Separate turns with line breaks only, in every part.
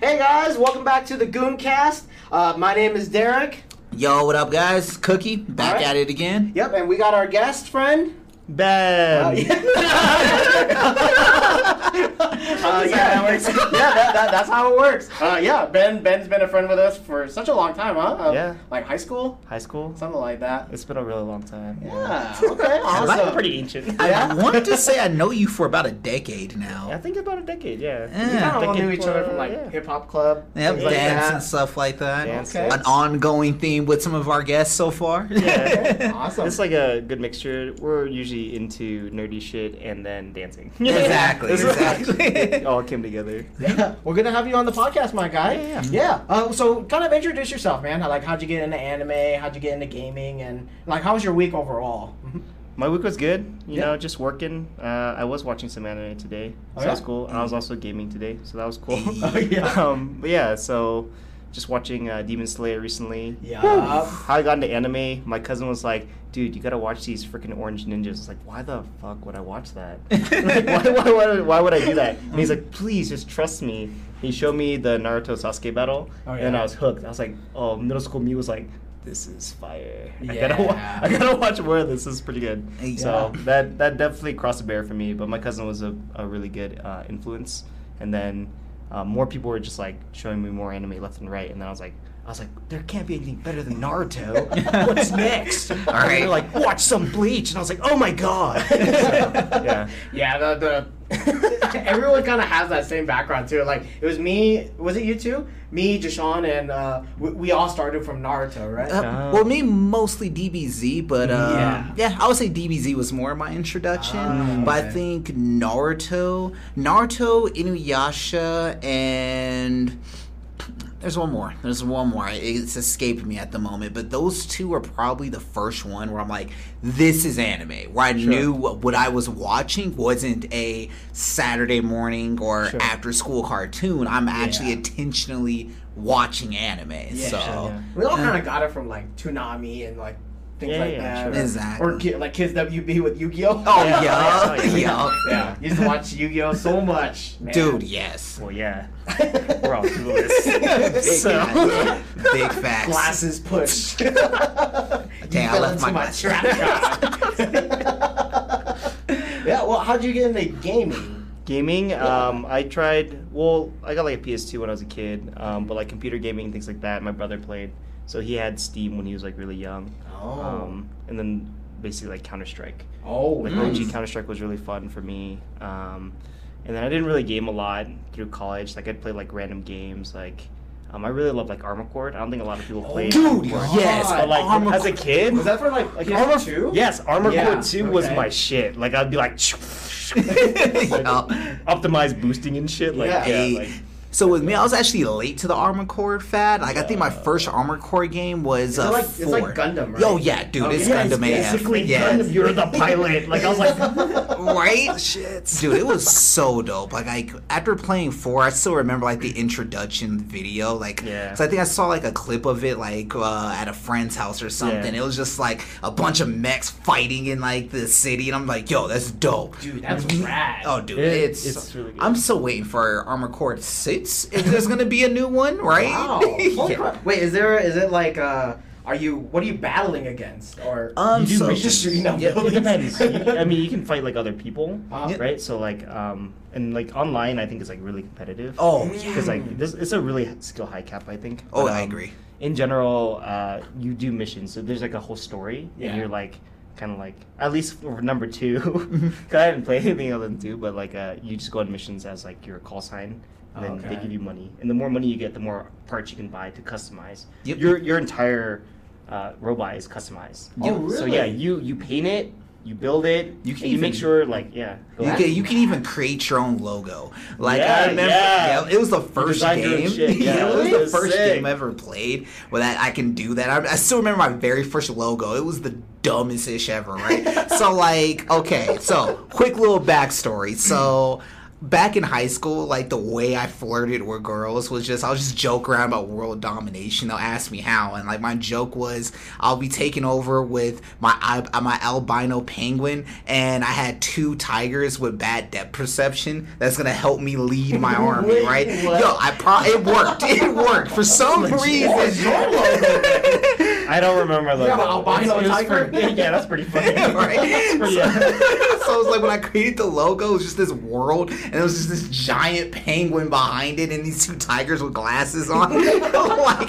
Hey guys, welcome back to the Gooncast. Uh, my name is Derek.
Yo, what up, guys? Cookie, back
Alright.
at it again.
Yep, and we got our guest friend.
Ben.
Uh, yeah. Uh,
Is that
yeah,
how it works?
yeah, that, that, that's how it works. Uh, yeah,
Ben Ben's been a friend with us for such a long time, huh? Uh,
Yeah.
Like high school,
High school.
something like that.
It's been a really long time.
Yeah. Okay.
I like-
awesome.
pretty ancient.
I
I,
Yeah.
want to say I know you for about a decade now.
think about a decade. Yeah.
Yeah.
We kind of all
Thinking
knew each other from
club,
like
yeah.
hip hop club.
Yep,
things
dance
like that.
and stuff like that.
Dance,
Okay.
An ongoing theme with some of our guests so far.
Yeah.
Awesome.
It's like a good mixture. We're usually into nerdy shit and then dancing.
Exactly,
It's like-
exactly.
it all came together.
yeah. We're gonna have you on the podcast, my guy.
Yeah, yeah,
Yeah. Uh, so kind of introduce yourself, man. Like, how'd you get into anime? How'd you get into gaming? And like, how was your week overall?
My week was good. You
Yeah.
know, just working. Uh, I was watching some anime today, so
Oh,
that was
yeah?
cool. And I was also gaming today, so that was cool.
Oh,
yeah.
Um, but yeah. So, just watching uh, Demon Slayer recently.
Yeah.
How I got into anime, my cousin was like, dude, you gotta watch these freaking Orange Ninjas. I was like, why the fuck would I watch that? like, why, why, why, why would I do that? And he's like, please just trust me. He showed me the Naruto Sasuke battle,
Oh,
and
yeah.
I was hooked. I was like, oh, middle school me was like, this is fire. I, gotta
Yeah.
wa- I gotta watch more of this. This is pretty good.
Yeah.
So that that definitely crossed the barrier for me, but my cousin was a, a really good uh, influence. And then uh, more people were just like showing me more anime left and right, and then I was like, I was like, there can't be anything better than Naruto. What's next? All
All right.
right, like watch some Bleach, and I was like, oh my god. So, yeah.
Yeah, the, the everyone kind of has that same background too. Like it was me, was it you two? Me, Deshaun, and uh, we, we all started from Naruto, right?
Uh, well, me mostly DBZ, but uh,
Yeah.
yeah. I would say DBZ was more my introduction.
Ah,
but I
okay.
think Naruto, Naruto, Inuyasha, and there's one more. There's one more. It's escaped me at the moment, but those two are probably the first one where I'm like, this is anime. Where I knew what, what I was watching wasn't a Saturday morning or
Sure.
after school cartoon. I'm actually
Yeah.
intentionally watching anime. so.
yeah. we all kind of got it from like Toonami and like things
Yeah,
like
yeah,
that.
sure.
Exactly.
Or ki- like Kids WB with Yu-Gi-Oh.
Oh
Yeah.
yeah,
Yeah.
yeah.
yeah. Used to watch Yu-Gi-Oh so much, man.
dude. Yes,
Well, yeah. We're all through this. so.
facts. big facts.
Glasses pushed. Damn,
Dang, I left my glasses.
yeah. Well, how'd you get into gaming?
Gaming, um, I tried. Well, I got like a PS2 when I was a kid, um, but like computer gaming and things like that. My brother played, so he had Steam when he was like really young,
Oh.
um, and then basically like Counter Strike.
oh.
Like
nice.
OG Counter Strike was really fun for me, um, and then I didn't really game a lot through college. Like I'd play like random games. Like um, I really loved like Armor Core. I don't think a lot of people
Oh,
played.
dude.
Armored Core.
Yes,
God.
But like
Armored
as a
Core.
kid,
Was that for like a
Armor-
two?
Yes, Armor
Yeah,
Core 2 was
okay.
my shit. Like, I'd be like,
Yeah.
optimized boosting and shit. Like,
Yeah.
yeah.
Hey.
like,
So with me, I was actually late to the Armored Core fad. Like I think my
Uh.
first Armored Core game was
it
uh,
like- it's
four.
like Gundam, right?
Oh yeah, dude,
Oh,
it's
yeah,
Gundam
it's
AF.
basically
yeah.
Gundam, you're the pilot. Like, I was like,
right? Shit. Dude, it was so dope. Like I after playing four, I still remember like the introduction video. Like
Yeah.
so I think I saw like a clip of it like uh, at a friend's house or something.
Yeah.
It was just like a bunch of mechs fighting in like the city and I'm like, yo, that's dope.
Dude, that's rad.
Oh dude,
It-
it's,
it's really good.
I'm still waiting for Armor Core Six. If there's gonna be a new one, right?
Wow. Holy
Yeah.
crap. Wait, is there? Is it like? uh Are you? What are you battling against? Or
Um,
you do
so-
you're just shooting down
Yeah,
it
buildings?
depends. You- I mean, you can fight, like, other people,
Uh-huh.
Yeah.
right? So, like, um, and, like, online, I think is, like, really competitive.
Oh yeah.
Because, like, this, it's a really skill high cap, I think.
Oh,
But,
I
um,
agree.
in general, uh, you do missions. So there's like a whole story,
Yeah.
and you're like kind of like at least for number two. 'cause I didn't play anything other than two, but like uh, you just go on missions as like your call sign, and then
Okay.
they give you money. And the more money you get, the more parts you can buy to customize.
Yep.
Your your entire uh, robot is customized.
Oh, really?
So yeah, you you paint it, you build it,
You
you
can
can you make
even-
sure like yeah. go
You
ahead.
can, you can even create your own logo. Like I
Yeah,
remember,
yeah.
yeah, it was the first
design your own
game.
shit,
Yeah,
yeah.
it was the
Really?
first
Sick.
game I ever played where that I can do that. I, I still remember my very first logo. It was the dumbest ish ever, right? so like, okay, so quick little backstory. So. back in high school, like the way I flirted with girls was just I'll just joke around about world domination. They'll ask me how, and like my joke was I'll be taken over with my al- uh, my albino penguin, and I had two tigers with bad depth perception. That's gonna help me lead my army,
Wait,
right?
what?
Yo, I pro it worked. It worked for some reason.
I don't remember the
Yeah, but albino
It was
tiger.
pretty- yeah, that's pretty funny.
right? So,
That's pretty-
so it's like when I created the logo, it was just this world, and it was just this giant penguin behind it, and these two tigers with glasses on. like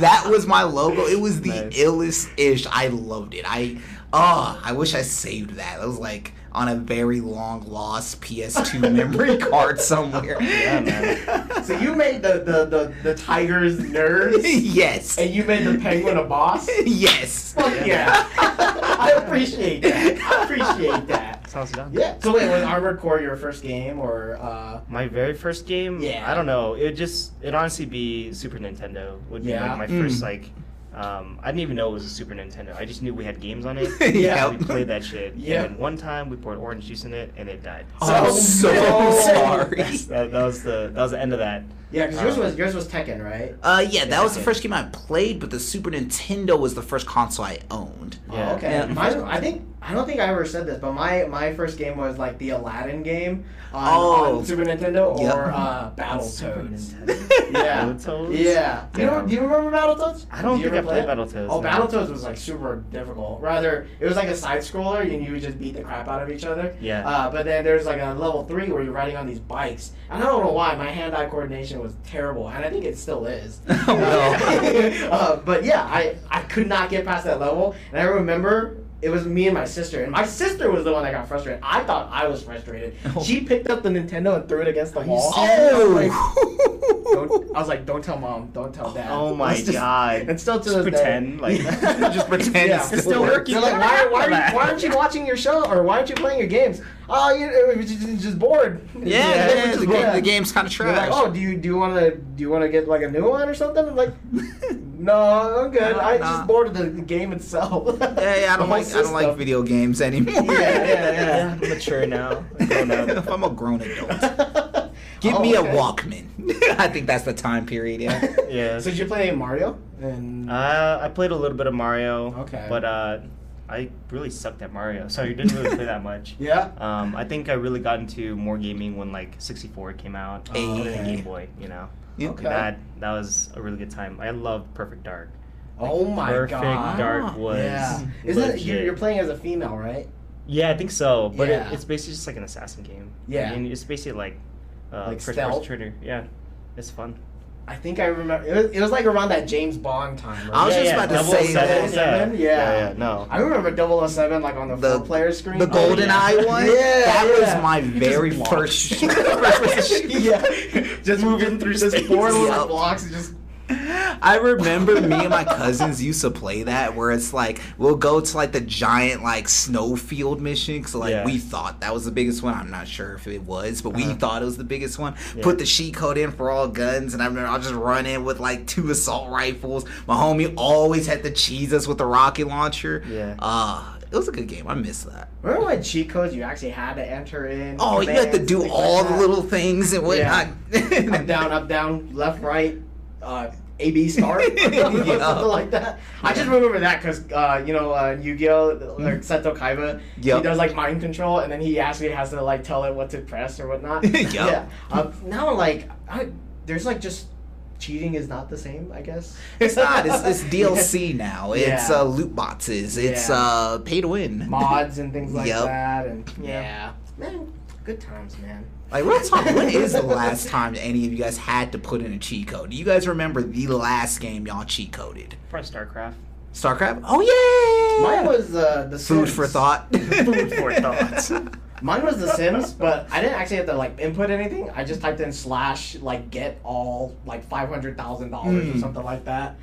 that was my logo. It was the
Nice.
illest ish. I loved it. I oh, I wish I saved that. It was like on a very long lost PS2 memory card somewhere.
Yeah, man.
So you made the the the, the tigers nerds,
yes.
and you made the penguin a boss.
Yes.
Fuck yeah! I appreciate that. I appreciate that.
Sounds dumb.
Yeah. So wait, was Armored Core your first game or? uh
My very first game,
Yeah.
I don't know. It would just it honestly be Super Nintendo would be
Yeah.
like my
Mm.
first like. Um, I didn't even know it was a Super Nintendo. I just knew we had games on it.
Yeah.
and we played that shit.
Yeah.
And then one time we poured orange juice in it and it died.
Oh, I'm so
no.
sorry.
that, that was the that was the end of that.
Yeah, because yours was yours was Tekken, right?
Uh, yeah, that was the first game I played, but the Super Nintendo was the first console I owned.
Yeah.
Oh, okay.
Yeah.
Mine, I think I don't think I ever said this, but my my first game was like the Aladdin game on,
Oh.
on Super Nintendo
Yep.
or uh,
Super
Battletoads.
Nintendo.
Yeah.
Battletoads?
Yeah. Do you, know, do you remember Battletoads?
I don't
Did you
think I
ever
played
play it?
Battletoads.
Oh,
no.
Battletoads was like super difficult. Rather, it was like a side scroller, and you would just beat the crap out of each other.
Yeah.
Uh, but then there's like a level three where you're riding on these bikes, and I don't know why my hand-eye coordination was terrible, and I think it still is.
Oh, no.
uh, but yeah, I I could not get past that level, and I remember. It was me and my sister, and my sister was the one that got frustrated. I thought I was frustrated.
Oh.
She picked up the Nintendo and threw it against the wall.
Oh!
Don't- I was like, "Don't tell mom, don't tell dad."
Oh my
Let's just-
god.
And still to
just
this day.
pretend like just pretend
Yeah.
it's still working.
They're like, why, why, are you, why aren't you watching your show or why aren't you playing your games? Oh, you it was just, it's just bored.
Yeah,
It's
yeah,
just
the,
bored.
game, the game's kind of
They're
trash.
like, oh, do you do you want to do you want to get like a new one or something? I'm like, no, I'm good.
Nah,
I'm
nah.
just bored of the the game itself.
yeah, yeah,
The
I don't
whole
like I don't like
system.
video games anymore.
Yeah, yeah,
yeah, I'm mature now. I'm grown up.
I'm a grown adult. Give
Oh,
me
okay.
a Walkman. I think that's the time period. Yeah.
Yeah.
So did you play Mario? And
Uh, I played a little bit of Mario.
Okay.
But uh, I really sucked at Mario, so I didn't really play that much.
yeah.
Um, I think I really got into more gaming when like 64 came out
Hey.
and then Game Boy. You know,
Oh, Okay.
that that was a really good time. I loved Perfect Dark.
Oh my
Perfect
god.
Ah,
Dark was
yeah. Isn't it, you-
legit.
you're playing as a female, right?
Yeah, I think so. But
Yeah.
it, it's basically just like an assassin game.
Yeah.
I mean, it's basically like uh,
Like
first
stealth?
person shooter. Yeah, it's fun.
I think I remember. It was, it was like around that James Bond time. Right?
I was
yeah,
just
yeah,
about to say
007,
that.
Yeah.
Yeah.
yeah, yeah, no.
I remember 007 like on the,
The-
four player screen.
The golden
yeah.
eye one?
Oh, Yeah,
That
yeah.
was my
You
very
just
first
walk. yeah. Just moving through just four little
Yup.
blocks and just
I remember me and my cousins used to play that where it's like we'll go to like the giant like snowfield mission because like
Yeah.
we thought that was the biggest one. I'm not sure if it was, but we
Uh-huh.
thought it was the biggest one.
Yeah.
Put the sheet code in for all guns, and I remember I'll just run in with like two assault rifles. My homie always had to cheese us with the rocket launcher.
Yeah.
Uh, it was a good game. I miss that.
remember when cheat codes you actually had to enter in.
Oh, you had to
commands,
do
things
all
like
the
that.
little things and whatnot.
up down up down left right. Uh, A B star,
Yeah.
something like that. I just remember that because uh, you know uh, Yu-Gi-Oh, or
Mm-hmm.
Seto Kaiba,
Yup.
he does like mind control, and then he actually has to like tell it what to press or whatnot.
Yup.
Yeah. Uh, now, like, I, there's like just cheating is not the same. I guess
It's not. It's, it's DLC now. It's
Yeah.
uh, loot boxes. It's
Yeah.
uh, pay to win.
mods and things like
Yup.
that, and yeah,
Yeah.
man, good times, man.
Like real talk, when is the last time any of you guys had to put in a cheat code? Do you guys remember the last game y'all cheat coded?
Probably StarCraft.
StarCraft? Oh yeah.
Mine was uh, the
Food
Sims.
for thought.
Food for thought.
Mine was The Sims, but I didn't actually have to like input anything. I just typed in slash like get all like five hundred thousand dollars or
Hmm.
Mm.
something like that.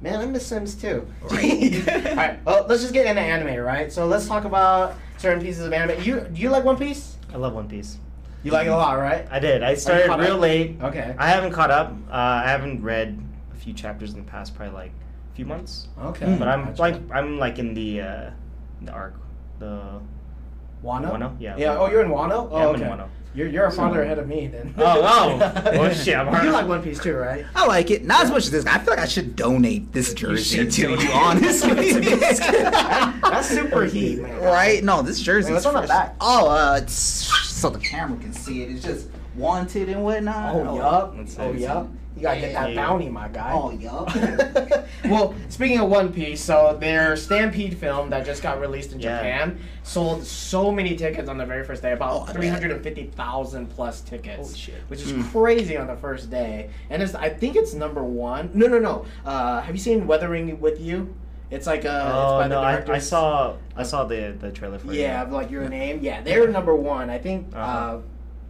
Man, I miss Sims too.
Right.
all right, well, let's just get into anime, right? So let's talk about certain pieces of anime. You do you like One Piece?
I love One Piece.
You like it a lot, right?
I did. I started
caught
real
up?
late.
Okay.
I haven't caught up. Uh, I haven't read a few chapters in the past, probably like a few months.
Okay.
Mm.
But I'm
Gotcha.
like I'm like in the uh, the arc, the
Wano.
Wano? Yeah.
Yeah. Oh, you're in Wano. Oh,
yeah, I'm
okay.
in Wano. Hmm.
You're you're a father ahead of me then.
Oh, wow. Well, shit, I'm hard-
You like One Piece too, right?
I like it. Not as much as this guy. I feel like I should donate this jersey
should
to
donate
you,
it.
honestly.
That's super heat, man.
right? No, this jersey.
What's on the back?
Oh, uh, it's, so the camera can see it. It's just wanted and whatnot.
Oh, yup.
That's
Oh,
nice.
yup. You gotta get that
Yeah.
bounty, my guy.
Oh, yup.
well, speaking of One Piece, so their Stampede film that just got released in
Yeah.
Japan sold so many tickets on the very first day,
Oh, I
about
bet.
350,000 plus tickets,
Holy shit. Hmm.
which is crazy on the first day. And it's, I think it's number one. No, no, no. Uh, have you seen Weathering with You? It's like uh,
Oh
it's by
no,
the
I,
director.
I saw I saw the the trailer for
Yeah,
it.
like your name. Yeah, they're number one. I think uh
Uh-huh.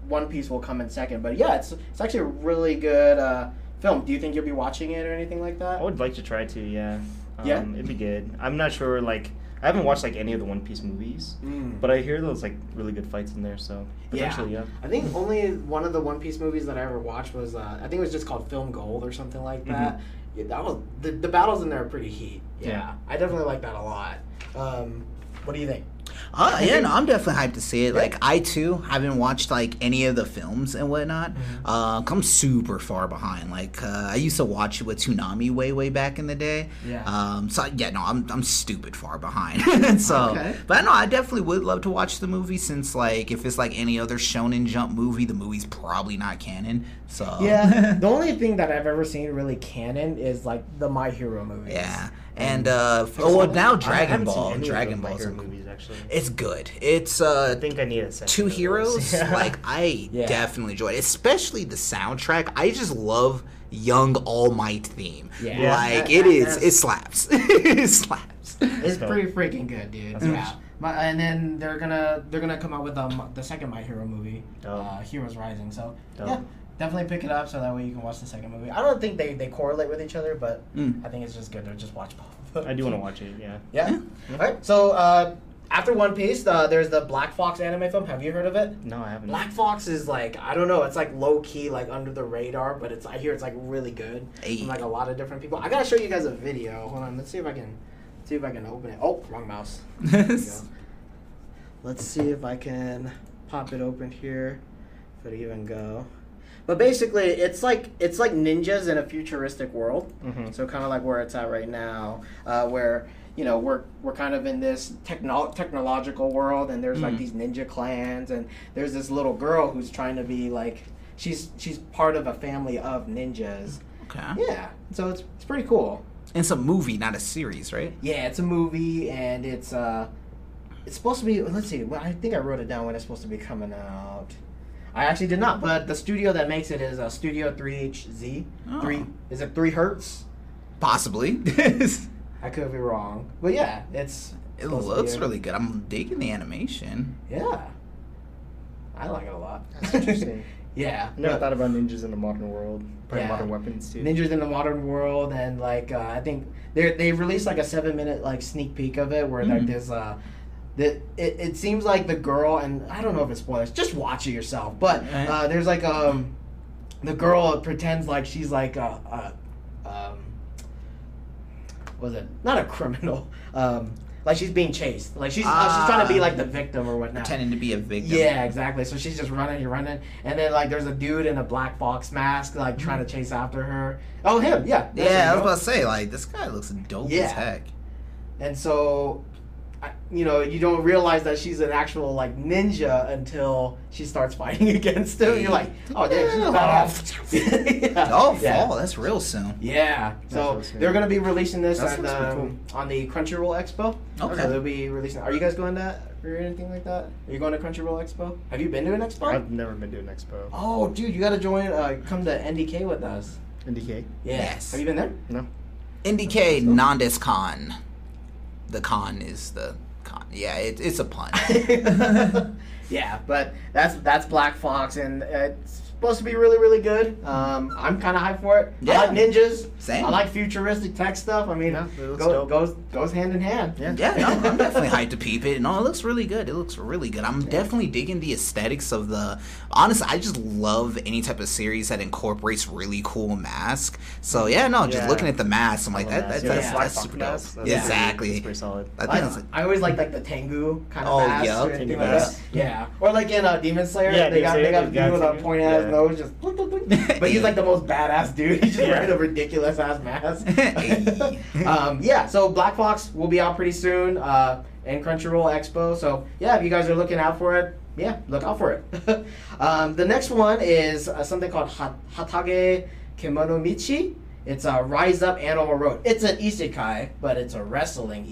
One Piece will come in second, but yeah, it's it's actually a really good uh, film. Do you think you'll be watching it or anything like that?
I would like to try to. Yeah. Um,
Yeah?
It'd be good. I'm not sure. Like I haven't watched like any of the One Piece movies,
Mm.
but I hear those like really good fights in there. So potentially, yeah.
I think only one of the One Piece movies that I ever watched was uh, I think it was just called Film Gold or something like that. Yeah, that was the, the battles in there are pretty heat. Mm-hmm. Yeah,
Yeah.
I definitely like that a lot. Um, what do you think?
Uh, yeah, no, I'm definitely hyped to see it. Like, I too haven't watched like any of the films and whatnot.
Mm-hmm.
Uh, I'm super far behind. Like, uh, I used to watch it with Toonami way, way back in the day.
Yeah.
Um. So yeah, no, I'm I'm stupid far behind. so,
Okay.
but no, I definitely would love to watch the movie since like if it's like any other Shonen Jump movie, the movie's probably not canon. So
Yeah, Oh. the only thing that I've ever seen really canon is like the My Hero movies.
yeah. And uh, f- oh, well, now
I
Dragon
haven't seen
Ball.
any of
Dragon
the My
Ball's a
Hero
movie.
movies actually.
It's good. It's
I
uh,
think I need a second.
Two
of those.
Heroes,
Yeah.
like I
Yeah.
definitely enjoyed, it. especially the soundtrack. I just love Young All Might theme.
Yeah.
Yeah.
Like
That-
it
that-
is,
that's-
it slaps. it slaps.
It's
So-
pretty freaking good, dude.
That's
yeah.
awesome.
My, and then they're gonna they're gonna come out with um, the second My Hero movie,
Dope.
uh, Heroes Rising. So
Dope.
yeah, definitely pick it up so that way you can watch the second movie. I don't think they, they correlate with each other, but
Mm.
I think it's just good to just watch both.
I do want to watch it. Yeah.
Yeah. All right. So uh, after One Piece, uh, there's the Black Fox anime film. Have you heard of it?
No, I haven't.
Black Fox is like I don't know. It's like low key, like under the radar, but it's I hear it's like really good
Hey.
from like a lot of different people. I gotta show you guys a video. Hold on, let's see if I can see if I can open it. Oh, wrong mouse. There we go. Let's see if I can pop it open here. If it even go. But basically, it's like it's like ninjas in a futuristic world.
Mhm.
So kind of like where it's at right now, uh, where you know we're we're kind of in this techno- technological world, and there's like these ninja clans, and there's this little girl who's trying to be like she's she's part of a family of ninjas.
okay.
Yeah, so it's it's pretty cool.
It's a movie, not a series, right?
Yeah, it's a movie, and it's uh, it's supposed to be. Let's see. Well, I think I wrote it down when it's supposed to be coming out. I actually did not, but the studio that makes it is uh, Studio 3HZ.
Oh.
Three is it three hertz?
Possibly. it
I could be wrong, but yeah, it's. supposed to be
looks
a-
really good. I'm digging the animation.
Yeah, I like it a lot.
That's interesting.
yeah,
I never
but
thought about ninjas in the modern world. Probably
Yeah.
modern weapons too.
ninjas in the modern world, and like uh, I think they they released like a seven minute like sneak peek of it where like
Mm.
there's uh that it, it seems like the girl and I don't know if it's spoilers, just watch it yourself. But
Right.
uh, there's like um the girl pretends like she's like a, a um was it not a criminal um like she's being chased like she's uh, she's trying to be
Ah.
like the victim or whatnot.
Pretending to be a victim.
Yeah, exactly. So she's just running, you're running, and then like there's a dude in a black fox mask like trying to chase after her. Oh, him, yeah, that's
Yeah, I
him, bro.
was about to say, like, this guy looks dope
Yeah.
as heck.
And so, I- you know, you don't realize that she's an actual like ninja until she starts fighting against him. You're like, oh damn, she's badass. yeah.
Oh,
yeah.
fall, that's real soon.
Yeah, so
That's awesome.
they're gonna be releasing this
That
at,
looks pretty
um, on the Crunchyroll Expo.
Okay.
So they'll be releasing. Are you guys going to that or anything like that? Are you going to Crunchyroll Expo? Have you been to an expo?
I've never been to an expo.
Oh, dude, you gotta join. Uh, come to NDK with us.
NDK.
Yeah.
Yes.
Have you been there?
No.
NDK Nandis Con. The con is the con. Yeah, it, it's a pun.
yeah, but that's that's Black Fox, and uh, it's supposed to be really, really good. Um, I'm kind of hyped for it.
Yeah.
I like ninjas.
Same.
I like futuristic tech stuff. I mean,
Yeah, it looks
go,
dope.
goes goes hand in hand.
Yeah.
Yeah, no, I'm definitely hyped to peep it. No, it looks really good. It looks really good. I'm definitely digging the aesthetics of the. Honestly, I just love any type of series that incorporates really cool mask. So yeah, no, just
Yeah.
looking at the mask, I'm like
Love
that. that
that.
that's
Yeah.
that's
Black
super dope.
Box mask, that's
Yeah,
pretty-
exactly.
That's pretty solid.
I think
I,
it's-
I always like like the Tengu kind of
Oh,
mask
yeah,
or anything
Tengu
like
mask.
that. Yeah, or like in uh, Demon Slayer,
Yeah,
they
Demon
got they
Slayer,
got a
they've got
dude with a
Tengu.
point ass
Yeah.
nose, just boop, boop, boop. but he's like the most badass dude. He's just
Yeah.
wearing a ridiculous ass mask.
Hey.
um, yeah, so Black Fox will be out pretty soon, uh, and Crunchyroll Expo. So yeah, if you guys are looking out for it, yeah, look out for it. um, the next one is uh, something called Hat- Hatage Kimono Michi. It's a Rise Up Animal Road. It's an isekai, but it's a wrestling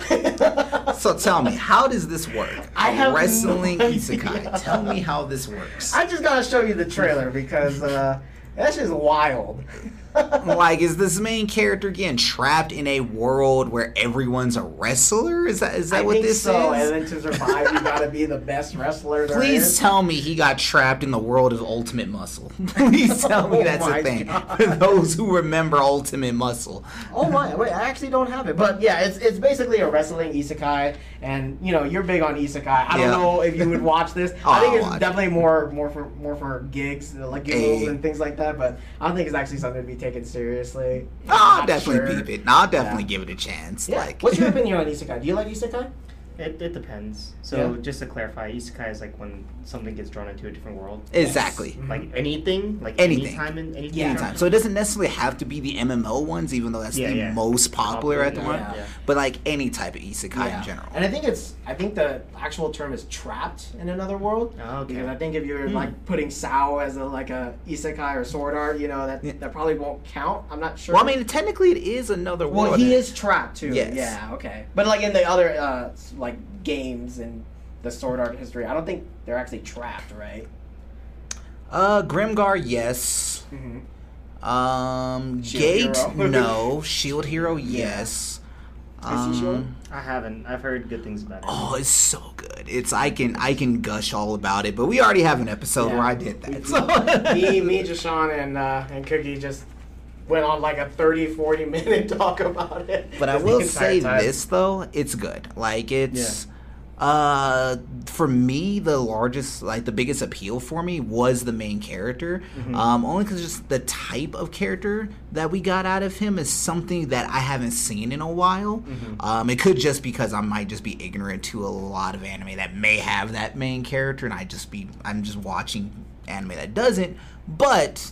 isekai.
so tell me, how does this work?
I have no
wrestling
idea.
isekai. Tell me how this works.
I just gotta show you the trailer because uh, that's just wild.
like, is this main character getting trapped in a world where everyone's a wrestler? Is that is that
I
what
think
this
so.
is?
uh, And then to survive, you gotta be the best wrestler. there
Please
is.
tell me he got trapped in the world of Ultimate Muscle. Please tell me
Oh
that's
my
a thing
God.
for those who remember Ultimate Muscle.
Oh my! Wait, I actually don't have it, but yeah, it's it's basically a wrestling isekai, and you know you're big on isekai. I
Yeah.
don't know if you would watch this.
Oh,
I think
I'll
it's
watch it.
definitely more more for more for gigs, uh, like giggles
Hey.
and things like that. But I don't think it's actually something to be taken seriously.
I'll
Not
Ah, definitely
sure.
peep it. I'll definitely
Yeah.
give it a chance.
Yeah.
Like,
What's your opinion on isekai? Do you like isekai?
It, it depends. So
Yeah.
just to clarify, isekai is like when something gets drawn into a different world.
exactly.
Mhm.
Like anything, like
Mm-hmm. Anything.
any time in any
Yeah.
Anytime. So it doesn't necessarily have to be the MMO ones, even though that's
Yeah,
the
yeah.
most popular at the
Popular,
moment.
yeah.
But like any type of isekai in general.
And I think it's I think the actual term is trapped in another world.
Oh, okay.
Because I think if you're
Hmm.
like putting Sao as a like a isekai or sword art, you know that
Yeah.
that probably won't count. I'm not sure.
Well, I mean, technically it is another
Well,
world.
he is trapped too.
Yes.
Yeah. Okay. But like in the other uh, s- like games and the sword art history, I don't think they're actually trapped, right?
Uh, Grimgar, yes.
Mm-hmm.
Um,
Shield
Gate,
Hero.
no. Shield Hero, yes.
Is he Shield?
Um,
I haven't. I've heard good things about it.
Oh, it's so good. It's I can I can gush all about it, but we already have an episode
Yeah.
where I did that.
me,
So.
me, Jashawn, and uh, and Cookie just went on like a 30, 40 minute talk about it.
But I
Just the
will
entire
say
time.
this though, it's good. Like it's uh for me the largest like the biggest appeal for me was the main character.
Mm-hmm.
Um only cuz just the type of character that we got out of him is something that I haven't seen in a while.
Mm-hmm.
Um it could just because I might just be ignorant to a lot of anime that may have that main character and I just be I'm just watching anime that doesn't, but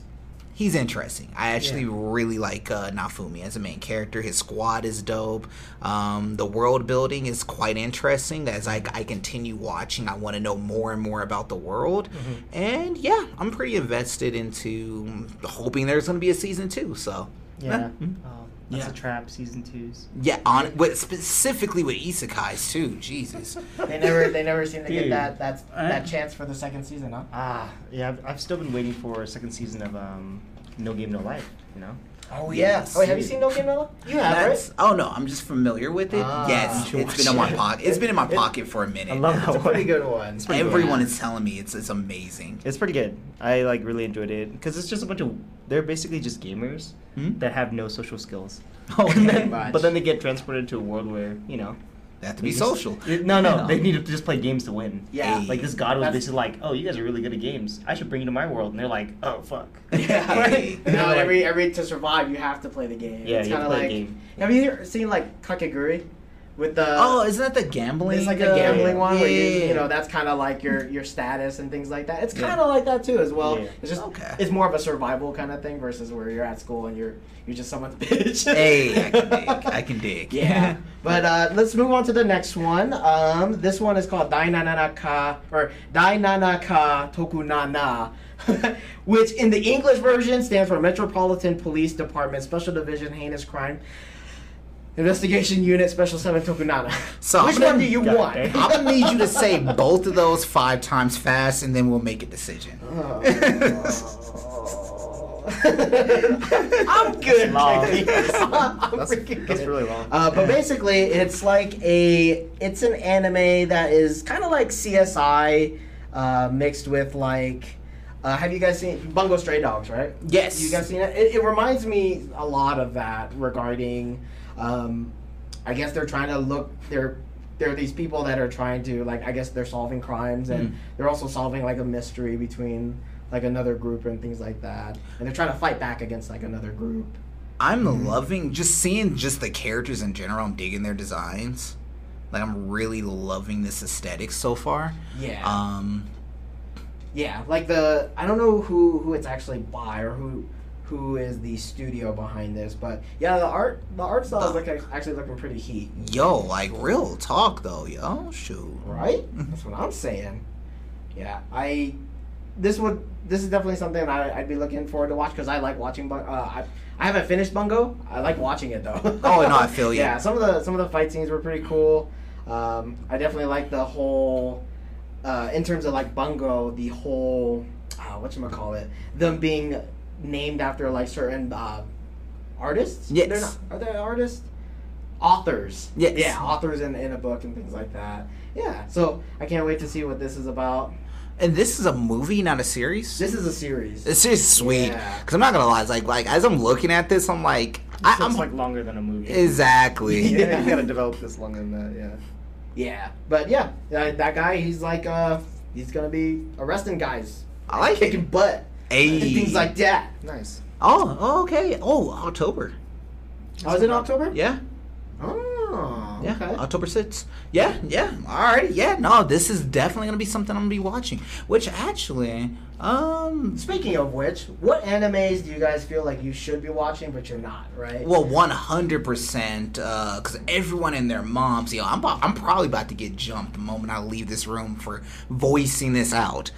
he's interesting. I actually really like uh, Nafumi as a main character. His squad is dope. Um, the world building is quite interesting. As I, I continue watching, I want to know more and more about the world.
Mm-hmm.
And yeah, I'm pretty invested into hoping there's going to be a season two. So
Yeah.
eh, mm.
Oh, that's
Yeah.
a trap. Season twos.
yeah, on with, specifically with isekais too. Jesus,
They never, they never seem to get
Dude.
that that
I-
that chance for the second season, huh?
Ah, yeah. I've, I've still been waiting for a second season of um, No Game No Life. You know.
Oh
yes.
Oh, wait, have you seen No Game No Life? You have,
That's- oh no, I'm just familiar with it.
Ah.
yes,
You
it's
should
been in
watch
my
it.
pocket. It's been in my
It-
pocket for a minute.
I love
right?
that
It's a
one.
pretty good one.
It's pretty good.
Everyone is telling me it's it's amazing.
It's pretty good. I like really enjoyed it because it's just a bunch of they're basically just gamers
Hmm?
that have no social skills.
Oh,
And then-
much.
but then they get transported to a world where you know
They have to be
They just-
social.
they- no, no,
Yeah.
they need to just play games to win.
Yeah.
Like this god was
That's-
basically like, "Oh, you guys are really good at games. I should bring you to my world." And they're like, "Oh, fuck."
Yeah.
Right? And
Now
they're
every
like-
every to survive, you have to play the game.
Yeah,
it's
you have
kind of
to play
like.
the game.
Have you ever seen like Kakeguri, with the
Oh, isn't that the gambling?
it's like the
uh,
gambling one where you
yeah.
you know that's kind of like your your status and things like that. It's
Yeah.
kind of like that too as well.
Yeah.
It's just
Okay.
it's more of a survival kind of thing versus where you're at school and you're you're just someone's bitch.
Hey, I can dig. I can dig.
Yeah. But uh, let's move on to the next one. Um, this one is called Dainanaka or Dainanaka Tokunana, which in the English version stands for Metropolitan Police Department Special Division Heinous Crime Investigation Unit Special Seven Tokunana.
So,
which
I'm gonna-
one do you
God
want?
damn.
I'm gonna need you to say both of those five times fast, and then we'll make a decision.
I'm good.
long.
I'm
That's,
freaking
that's
good.
really long.
Uh, but basically, it's like a it's an anime that is kind of like CSI uh, mixed with like Uh, have you guys seen Bungo Stray Dogs? Right.
Yes.
You guys seen it? It, it reminds me a lot of that regarding. Um, I guess they're trying to look. They're there are these people that are trying to like. I guess they're solving crimes and
Mhm.
they're also solving like a mystery between like another group and things like that. And they're trying to fight back against like another group.
I'm loving just seeing just the characters in general. I'm digging their designs. Like I'm really loving this aesthetic so far.
Yeah.
Um,
Yeah, like the I don't know who who it's actually by or who who is the studio behind this, but yeah, the art the art style is like actually looking pretty heat,
yo, like real talk though, yo, shoot.
right?
Mm-hmm.
That's what I'm saying. Yeah, I this would this is definitely something I, I'd be looking forward to watch because I like watching. Bun- Uh, I I haven't finished Bungo. I like watching it though.
Oh, no, I feel you.
yeah, some of the some of the fight scenes were pretty cool. Um, I definitely like the whole uh, in terms of like Bungo, the whole uh, what you call it, them being named after like certain uh, artists.
Yes.
They're not, are they artists? Authors.
Yes.
Yeah, authors in, in a book and things like that. Yeah. So I can't wait to see what this is about.
And this is a movie, not a series.
This is a series.
It's just sweet.
Yeah.
Cause I'm not gonna lie, it's like like as I'm looking at this, I'm like, I, I'm
This looks like longer than a movie.
exactly.
yeah, you gotta develop this longer than that. Yeah.
yeah. But yeah, that, that guy, he's like, uh, he's gonna be arresting guys,
I like
kicking
it.
butt, and
Hey.
things like that.
Nice.
Oh, oh, okay. Oh, October.
Oh, is it October?
Yeah.
Oh.
Yeah,
Okay.
October 6th. Yeah, yeah. Alrighty, yeah. No, this is definitely gonna be something I'm gonna be watching. Which actually, um,
Speaking of which, what animes do you guys feel like you should be watching but you're not, right?
well, 100%, uh, cause everyone and their moms, yo, I'm, about, I'm probably about to get jumped the moment I leave this room for voicing this out.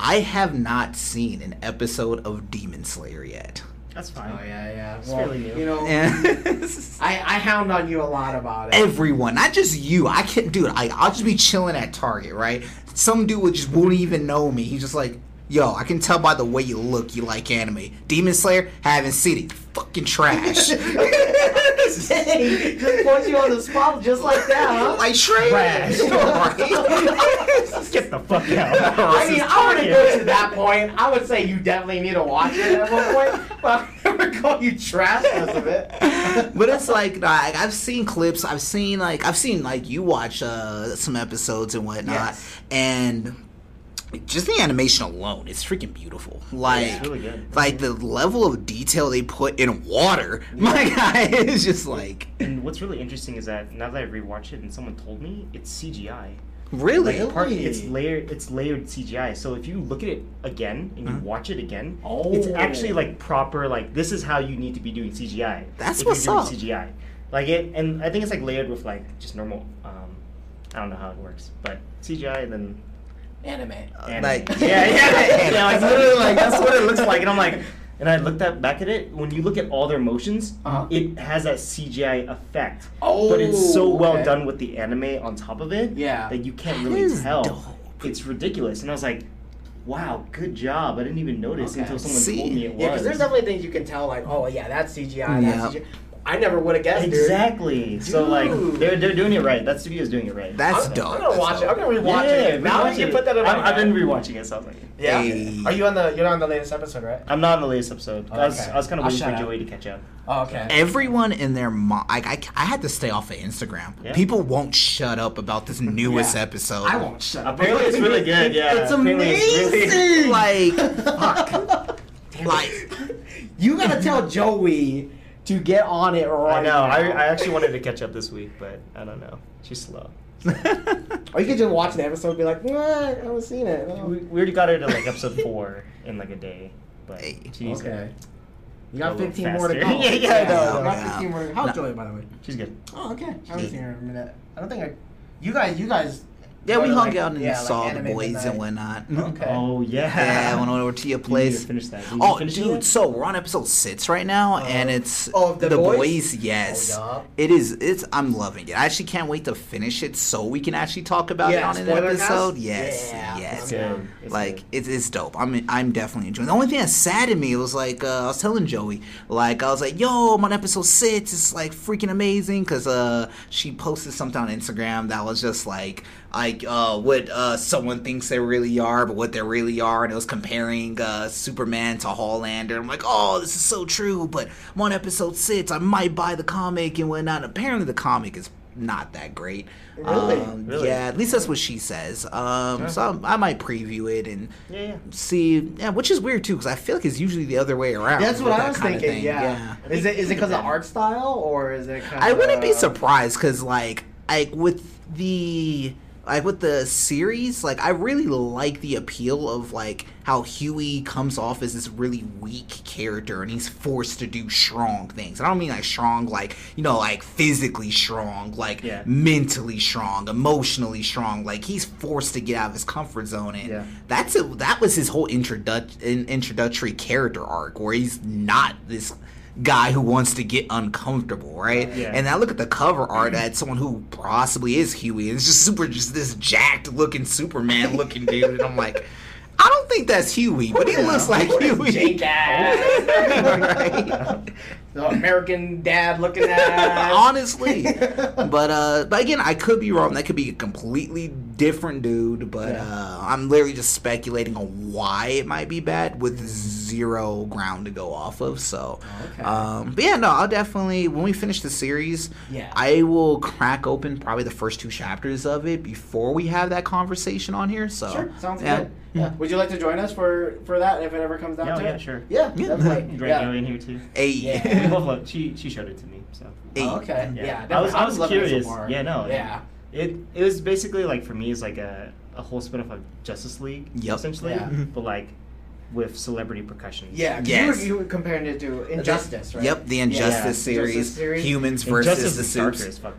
I have not seen an episode of Demon Slayer yet.
That's fine.
oh yeah, yeah.
It's
Well,
really new.
You know, I, I hound on you a lot about it.
everyone, not just you. I can't, dude. I, I'll just be chilling at Target, right? Some dude would just won't even know me. He's just like, yo, I can tell by the way you look, you like anime. Demon Slayer, haven't seen it. Fucking trash.
Hey, just put you on the spot just like that, huh?
like trash.
Trash.
Right?
Get the fuck out.
I mean, I would to go to that point. I would say you definitely need to watch it at one point, but I'm never call you trash because of it.
but it's like, nah, like I've seen clips. I've seen like I've seen like you watch uh, some episodes and whatnot,
Yes.
and just the animation alone, it's freaking beautiful. Like
It's really good.
like the level of detail they put in water, my guy is just like
And what's really interesting is that now that I rewatched it and someone told me it's CGI.
really.
Really?
Part, it's layered. It's layered CGI. So if you look at it again and you
Uh-huh.
watch it again,
Oh.
it's actually like proper. Like this is how you need to be doing CGI.
That's
if
what's
you're doing
up.
CGI. Like it, and I think it's like layered with like just normal. Um, I don't know how it works, but CGI and then
Anime.
anime.
Uh, Like-
yeah, yeah, yeah. Like literally, like that's what it looks like. And I'm like, and I looked at, back at it. When you look at all their motions,
Uh-huh.
it has that CGI effect.
Oh,
but it's so well
okay.
done with the anime on top of it
Yeah.
that you can't
That
really
is
tell.
dope.
It's ridiculous. And I was like, wow, good job. I didn't even notice
Okay.
until someone
See?
told me it was.
Yeah, because there's definitely things you can tell, like, oh, yeah, that's CGI, that's
Yeah.
CGI. I never would have guessed, dude.
exactly. So like
Dude.
they're they're doing it right. That studio's doing it right.
That's
I'm,
dope.
I'm gonna
That's
watch it.
dope.
I'm gonna rewatch
yeah,
it. Now
rewatch
that you put that in my
I've, I've
head.
been rewatching it, so I was like,
Yeah.
Hey.
Are you on the? You're not on the latest episode, right?
I'm not on the latest episode. I was,
Okay.
I was kind of
I'll
waiting for
shut up.
Joey to catch up.
Oh, okay.
Everyone in their mom, I, I, I had to stay off of Instagram.
Yeah.
People won't shut up about this newest
Yeah.
episode.
I won't shut up.
Apparently it's really good, yeah.
It's
Apparently it's really-
amazing.
Like, fuck. Like,
you gotta tell Joey to get on it right
I know. I,
now.
I actually wanted to catch up this week, but I don't know. She's slow.
Or you could just watch the episode and be like, nah, I haven't seen it.
We, we already got her to like episode four in like a day, but
Hey.
she's
Okay. You
A
got
little
15 more to go.
faster. Yeah, yeah, I
You
know,
I
got
know.
15 more to go. How's
No.
Joey, by the way?
she's good.
Oh, okay. I haven't
Yeah.
seen her in a minute. I don't think I. You guys, you guys.
yeah,
go
we
to,
hung
like-
out and
yeah, like
saw the
anime
boys and
midnight.
whatnot.
Okay.
Oh yeah.
Yeah, I went over to your
You need to
place.
finish that. Did you
Oh,
finish it
dude!
yet?
So we're on episode six right now, and it's
oh, of The Boys?
Yes,
Oh,
it is. It's. I'm loving it. I actually can't wait to finish it so we can actually talk about it
Yeah,
on an
spoiler cast?
episode. Yes,
Yeah,
yes.
It's
Yeah.
good. It's
like
good.
it's, it's dope. I'm I'm definitely enjoying. It. The only thing that saddened me was like uh, I was telling Joey, like I was like, "Yo, I'm on episode six. It's like freaking amazing." Because uh, she posted something on Instagram that was just like, like like uh, what uh, someone thinks they really are, but what they really are, and it was comparing uh, Superman to Hollander. I'm like, oh, this is so true. But I'm on episode six. I might buy the comic and whatnot. Apparently, the comic is not that great.
Really?
Um,
Really?
Yeah, at least that's what she says. Um, So I'm, I might preview it and
Yeah, yeah.
see, yeah, which is weird too, because I feel like it's usually the other way around.
That's
with
what I
that
was
kinda
thinking.
thing.
yeah. Is it is it because of art style or is it? Kinda,
I wouldn't
Uh,
be surprised because like like with the like with the series, like I really like the appeal of like how Huey comes off as this really weak character and he's forced to do strong things. And I don't mean like strong like, you know, like physically strong, like
Yeah.
mentally strong, emotionally strong. Like he's forced to get out of his comfort zone and
Yeah.
that's a, that was his whole introduct, in, introductory character arc where he's not this guy who wants to get uncomfortable right
Yeah.
and i look at the cover art at someone who possibly is huey and it's just super just this jacked looking superman looking dude and i'm like i don't think that's huey but he looks like huey Right?
The American dad looking at.
honestly but uh but again i could be wrong that could be a completely different dude but
Yeah.
uh i'm literally just speculating on why it might be bad with zero ground to go off of so
Mm-hmm. Okay.
um but yeah no i'll definitely when we finish the series
Yeah.
i will crack open probably the first two chapters of it before we have that conversation on here so
Sure, sounds
yeah. Mm-hmm.
good. Yeah. Would you like to join us for for that if it ever comes down
Yeah,
to
yeah,
it?
sure.
Yeah,
Yeah.
definitely.
Great
yeah.
alien here too.
Hey.
Yeah.
We both love. She she showed it to me. So
Hey.
Oh, okay. Yeah.
Yeah.
definitely.
I was- I was
loving it so
curious.
far.
Yeah, no,
Yeah.
it it was basically like for me it's like a, a whole spin off of Justice League
Yep.
essentially,
Yeah.
Mm-hmm.
but like with celebrity percussion.
Yeah. 'cause
Yes.
You, were, you were comparing it to Injustice, right?
Yep, the Injustice,
Yeah.
series,
Injustice series.
humans
And Justice
versus the
League's darker
suits.
as fuck.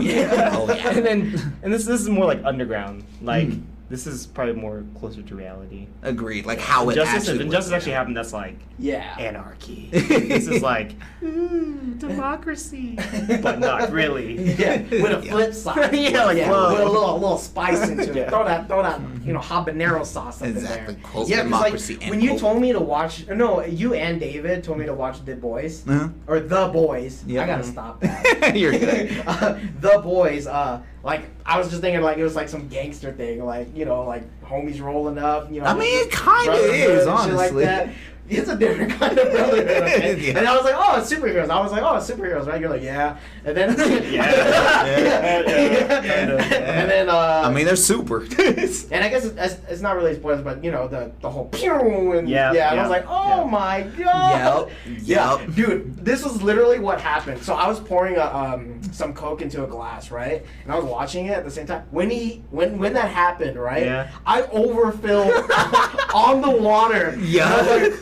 yeah, oh yeah.
and then and this this is more like underground. Like
Mm.
this is probably more closer to reality.
Agreed. Like how it
Injustice,
actually
if Injustice
works.
actually happened, that's like
Yeah.
anarchy. this is like ooh, democracy, but not really.
Yeah, with a
Yeah.
flip side.
Yeah, like, whoa.
with a little, a little spice into it.
Yeah.
Throw that, throw that, you know, habanero sauce into
Exactly.
there.
Quote,
'cause, like,
democracy and
when you
hope.
told me to watch, no, you and David told me to watch The Boys
Uh-huh.
or The Boys.
Yeah.
I gotta stop that.
You're good.
Uh, the Boys. Uh, like I was just thinking, like it was like some gangster thing, like you know, like homies rolling up. You know,
I mean, it kinda
brotherhood
is,
and shit
honestly.
It's a different kind of brotherhood. okay?
Yeah.
And I was like, oh, it's superheroes. I was like, oh, it's superheroes, right? You're like, yeah. And then,
Yeah.
Yeah.
Yeah.
and then, uh,
I mean, they're super.
and I guess it's, it's, it's not really spoilers, but you know, the the whole pew and
Yeah,
and I
yeah,
was like, oh
yeah.
my god.
Yep,
Yeah,
yep.
dude, this was literally what happened. So I was pouring a, um, some Coke into a glass, right? And I was watching it at the same time. When he when when that happened, right?
Yeah.
I overfilled on the water. And I was
Yeah.
like,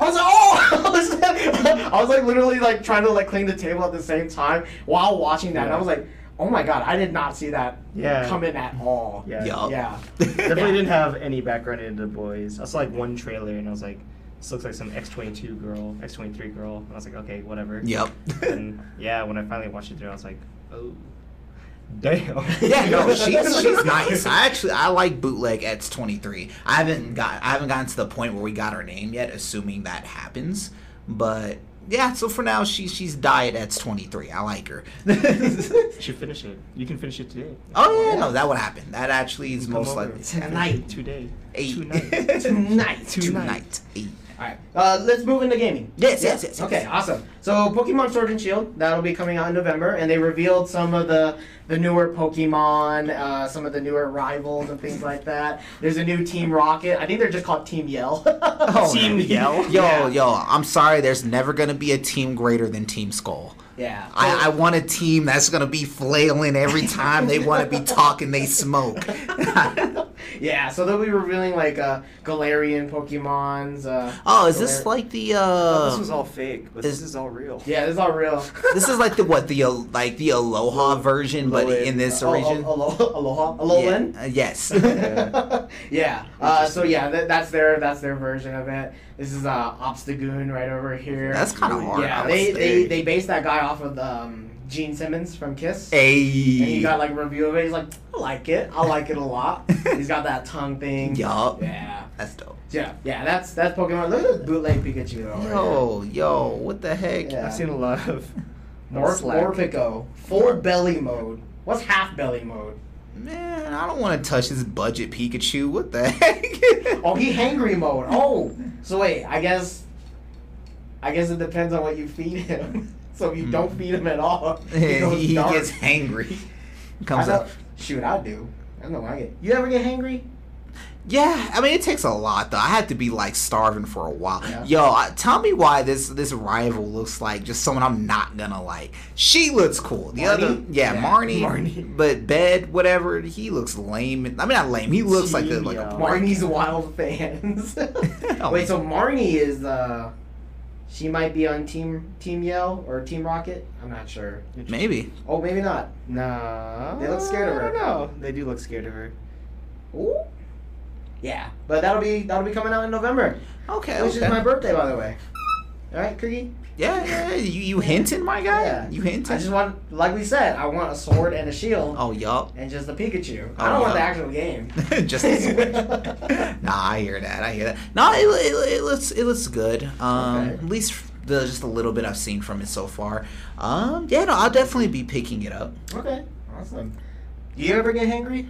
I was like, oh! I was like- I was like literally like trying to like clean the table at the same time while watching that. And I
Yeah.
was like, oh my god, I did not see that
Yeah.
come in at all.
Yeah.
Yup.
Yeah.
Definitely didn't have any background into the boys. I saw like one trailer and I was like, this looks like some X twenty two girl, X twenty three girl, and I was like, okay, whatever.
Yep.
And yeah, when I finally watched it through, I was like, oh, damn.
Yeah, no, she's she's nice. I actually I like bootleg X twenty three. I haven't got I haven't gotten to the point where we got her name yet, assuming that happens. But yeah, so for now she she's diet X twenty three. I like her.
Should finish it. You can finish it today.
oh yeah, no, that would happen. That actually is
Come
most
over.
likely
Tonight.
Today.
eight
Tonight.
Tonight.
tonight eight.
All right. Uh, let's move into gaming.
Yes, yes, yes, yes.
Okay, awesome. So Pokemon Sword and Shield that'll be coming out in November, and they revealed some of the the newer Pokemon, uh, some of the newer rivals and things like that. There's a new Team Rocket. I think they're just called Team Yell.
Oh,
Team
no.
Yell?
Yo,
Yeah.
yo, I'm sorry. There's never gonna be a team greater than Team Skull.
Yeah.
I, I want a team that's gonna be flailing every time they want to be talking. They smoke.
yeah. So they'll be revealing like uh, Galarian Pokemon's. Uh,
oh, is this
Galar-
like the uh?
this was all fake, but
is-
this is all real.
Um, Yeah, this is all real.
this is like the what the uh, like the Aloha version, but in this
Oh,
region.
oh, Alo- Aloha,
yeah.
Alolan.
uh, yes.
yeah. Uh, so yeah, that, that's their that's their version of it. This is uh, Obstagoon right over here.
That's kinda hard,
Yeah,
I
they,
would
they
say.
they based that guy off of um, Gene Simmons from Kiss. And he
hey.
got like a review of it. He's like, I like it. I like it a lot. He's got that tongue thing.
Yup.
Yeah.
That's dope.
Yeah. Yeah. That's that's Pokemon. Look at this bootleg Pikachu
Oh,
though. right
Yo, yo, what the heck?
Yeah.
I've seen a lot of
there. More
Slack.
Morpeko. Full belly mode. What's half belly mode?
Man, I don't want to touch this budget Pikachu. What the heck?
Oh, he hangry mode. Oh, so wait. I guess. I guess it depends on what you feed him. so if you don't feed him at all, he,
he,
goes
Hmm. he
dark.
gets hangry.
I
Comes
know,
up.
shoot, I do. I know when I get. You ever get hangry?
Yeah, I mean it takes a lot though. I had to be like starving for a while.
Yeah.
Yo, I, tell me why this this rival looks like just someone I'm not gonna like. She looks cool. The
Marnie?
other, yeah,
Yeah,
Marnie,
Marnie.
But Bed, whatever, he looks lame. I mean not lame. He looks like a, like a
Genial.
Marnie's wild fans.
Oh.
Wait, so Marnie is uh, she might be on Team Team Yell or Team Rocket. I'm not sure.
maybe.
Oh, maybe not.
Nah.
They look scared of her.
I don't know. They do look scared of her.
Ooh. Yeah, but that'll be that'll be coming out in November,
Okay,
which
okay.
is my birthday, by the way. All right, Cookie.
yeah, yeah, yeah. You, you hinting, my guy?
Yeah.
You
I
hinting?
just want, like we said, I want a sword and a shield
oh, yup.
and just a Pikachu.
Oh,
I don't want the
yeah.
actual game.
just a switch. nah, I hear that. I hear that. No, it, it, it looks it looks good. Um,
Okay.
at least the just a little bit I've seen from it so far. Um, yeah, no, I'll definitely be picking it up.
Okay, awesome. Do you ever get hangry?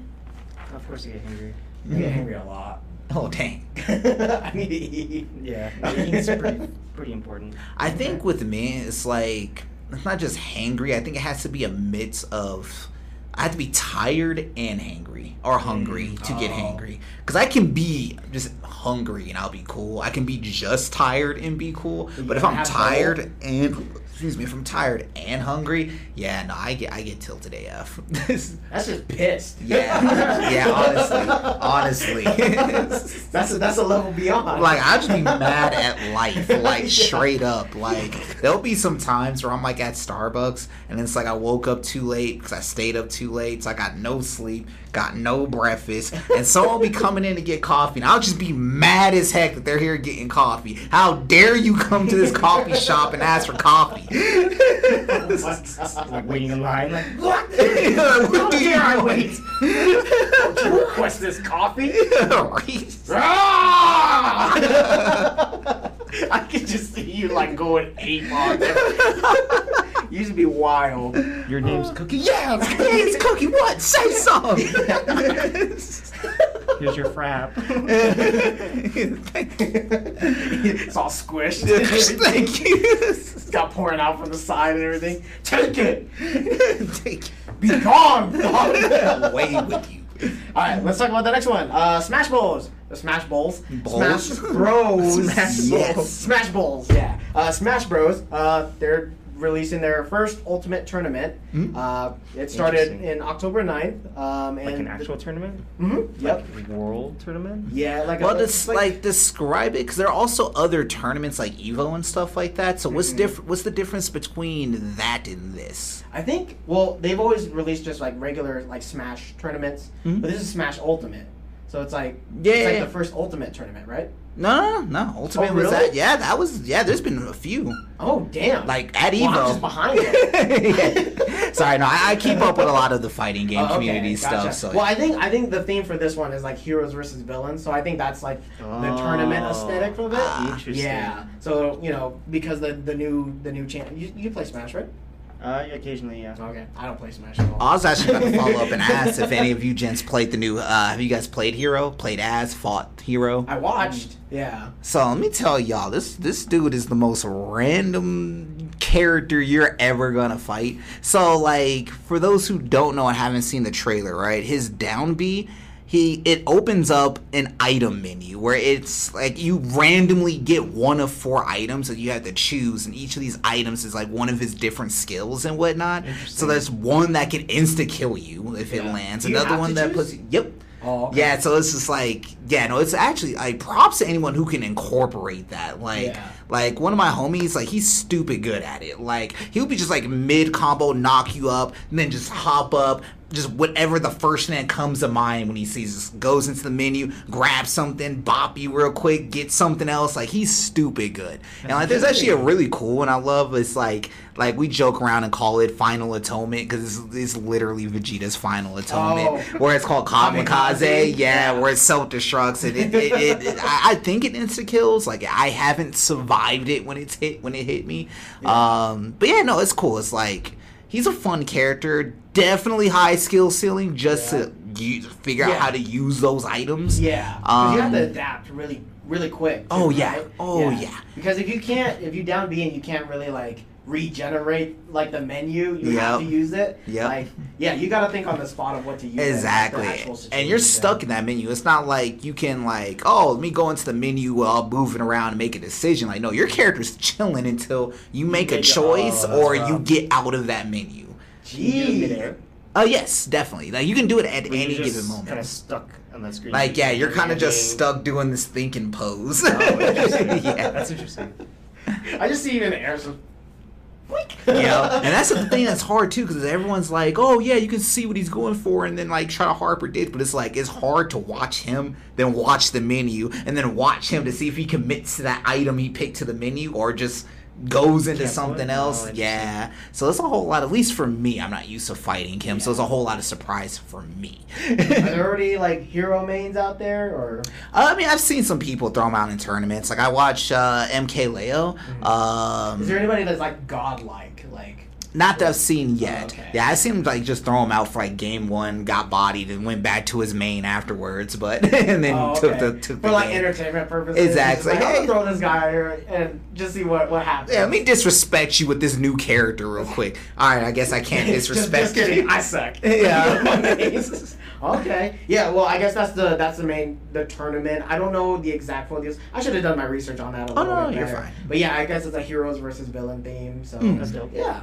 Of course you get hungry.
I get hangry a lot.
Oh dang!
I need to eat.
Yeah. Eating's pretty, pretty important.
I think with me, it's like it's not just hangry. I think it has to be a mix of. I have to be tired and hangry, or hungry to get
Oh.
hangry. Because I can be just hungry and I'll be cool. I can be just tired and be cool.
You
But if
gotta
I'm
have the
tired and excuse me, if I'm tired and hungry, yeah, no, I get I get tilted AF.
That's just pissed.
Yeah. Yeah, honestly. Honestly.
that's a, that's a level beyond.
like I'll just be mad at life, like straight up. Like there'll be some times where I'm like at Starbucks, and it's like I woke up too late because I stayed up too late, so I got no sleep, got no breakfast, and someone will be coming in to get coffee, and I'll just be mad as heck that they're here getting coffee. How dare you come to this coffee shop and ask for coffee? Uh,
Like waiting in line. Like,
What?
What do you
I
want?
wait? Don't you request this coffee?
Right? Ah!
I could just see you like going ape on that. You used to be wild.
Your name's Cookie.
Yeah, it's cookie. What? Say something.
Here's your frap.
it's all squished.
Thank you.
It's got pouring out from the side and everything. Take it.
Take
Be gone. dog.
away with you.
All right, let's talk about the next one. Uh, Smash Bowls. Uh, Smash Bowls.
Bowls?
Smash Bros.
Smash
Yes.
Bowls.
Smash Bowls. Yeah. Uh, Smash Bros. Uh, they're releasing their first Ultimate tournament.
Hmm.
Uh, it started
Interesting.
in October 9th. Um, and
Like an actual tournament?
Mhm, yep.
Like world tournament?
Yeah. Like.
Well,
a,
just like, describe it, because there are also other tournaments like Evo and stuff like that. So what's
Mhm.
diff- What's the difference between that and this?
I think. Well, they've always released just like regular like Smash tournaments,
Hmm.
but this is Smash Ultimate. So it's like
Yeah,
it's like
yeah, yeah.
the first Ultimate tournament, right?
No, no, no. Ultimate
Oh,
was
really?
that. Yeah, that was. Yeah, there's been a few.
Oh damn!
Like at
Wow,
Evo.
I'm just behind it.
Yeah. Sorry, no. I, I keep up with a lot of the fighting game
Oh, okay,
community
gotcha.
stuff. So
Well, I think I think the theme for this one is like heroes versus villains. So I think that's like the tournament
Oh.
aesthetic for
Ah,
it.
Interesting.
Yeah. So you know because the the new the new champ you, you play Smash right?
Uh, occasionally, yeah.
Okay, I don't play Smash at all.
I was actually going to follow up and ask if any of you gents played the new. Uh, have you guys played Hero? Played as? Fought Hero?
I watched. Yeah.
So let me tell y'all, this this dude is the most random character you're ever gonna fight. So like, for those who don't know and haven't seen the trailer, right? His down B, he it opens up an item menu where it's like you randomly get one of four items that you have to choose, and each of these items is like one of his different skills and whatnot. So
Interesting.
there's one that can insta kill you if it
Yeah.
lands.
Do you
Another
have
one
to
that
choose?
puts. Yep.
Oh. okay.
Yeah, so it's just like, yeah, no, it's actually like props to anyone who can incorporate that. Like,
Yeah.
like one of my homies, like he's stupid good at it. Like he'll be just like mid combo, knock you up, and then just hop up, just whatever the first thing that comes to mind when he sees this goes into the menu, grabs something, bop you real quick, get something else. Like he's stupid good. And like there's actually a really cool one I love. It's like like we joke around and call it Final Atonement because it's, it's literally Vegeta's Final Atonement,
Oh.
where it's called Kamikaze.
Kamikaze?
Yeah,
Yeah.
where it self destructs and it, it, it, it I, I think it insta kills. Like I haven't survived it when it's hit when it hit me. Um, but yeah, no, it's cool. It's like he's a fun character. Definitely high skill ceiling just
Yeah.
to u- figure
Yeah.
out how to use those items.
Yeah, 'cause you have to
Um,
adapt really, really quick. too,
Oh, yeah.
right?
Oh, yeah.
Because if you can't, if you down B and you can't really like regenerate like the menu, you have to
Yep.
use it.
Yep.
Like, yeah, you got to think on the spot of what to use. and the actual
Exactly. And you're
situation.
stuck in that menu. It's not like you can like, oh, let me go into the menu while moving around and make a decision. Like, no, your character's chilling until you make a
make a-
choice
oh, that's
or
rough.
you get out of that menu.
Gee.
Oh yes, definitely. Like you can do it at
But
any
you're
given
just
moment.
Kind of stuck on that screen.
like yeah, you're kind of just
Reading.
stuck doing this thinking pose.
Oh, interesting.
yeah.
That's interesting.
I just see you in the air. So,
yeah, and that's the thing that's hard too, because everyone's like, "Oh yeah, you can see what he's going for," and then like try to hard predict, but it's like it's hard to watch him, then watch the menu, and then watch him to see if he commits to that item he picked to the menu or just goes into
Can't
something
point?
else.
Oh, interesting.
yeah, so it's a whole lot. At least for me, I'm not used to fighting him, so it's a whole lot of surprise for me.
are there already like hero mains out there, or
Uh, I mean, I've seen some people throw him out in tournaments. Like I watch uh, MKLeo. Um,
Mm. is there anybody that's like godlike? Like,
Not that I've seen
Oh,
yet.
okay.
Yeah, I seen him like just throw him out for like game one, got bodied, and went back to his main afterwards. But and then
oh,
took
okay.
the took
for
the
like
game.
entertainment purposes.
Exactly.
Just Like, I'm
Hey.
gonna throw this guy out here and just see what what happens.
yeah, let me disrespect you with this new character real quick. All right, I guess I can't disrespect
just, just kidding.
you.
I suck.
Yeah.
okay. Yeah. Well, I guess that's the that's the main the tournament. I don't know the exact one. of these. I should have done my research on that a little
Oh, no,
bit
you're
better.
fine.
But yeah, I guess it's a heroes versus villain theme. So
Mm.
That's dope.
yeah.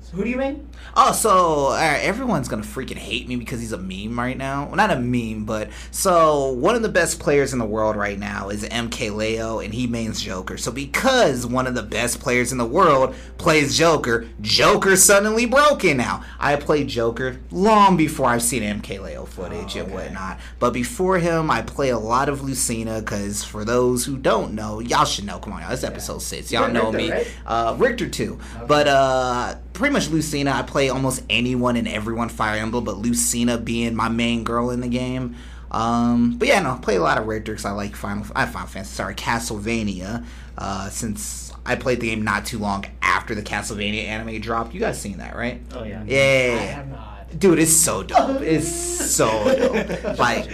So who do you mean?
Oh, so all right, everyone's gonna freaking hate me because he's a meme right now. Well, not a meme, but so one of the best players in the world right now is MKLeo, and he mains Joker. So because one of the best players in the world plays Joker, Joker's suddenly broken now. I played Joker long before I've seen MKLeo footage and whatnot. But before him, I play a lot of Lucina because for those who don't know, y'all should know. Come on, y'all, it's episode six. Y'all
Yeah,
know
Richter,
me
right?
uh, Richter too. But uh, pretty much Lucina, I play almost anyone and everyone Fire Emblem, but Lucina being my main girl in the game. Um, but yeah, no, I play a lot of Richter because I like Final, I Final Fantasy, sorry, Castlevania. Uh, since I played the game not too long after the Castlevania anime dropped, you guys seen that, right?
Oh yeah.
Yeah, yeah,
I
yeah.
am not.
Dude, it's so dope. It's so dope. Like,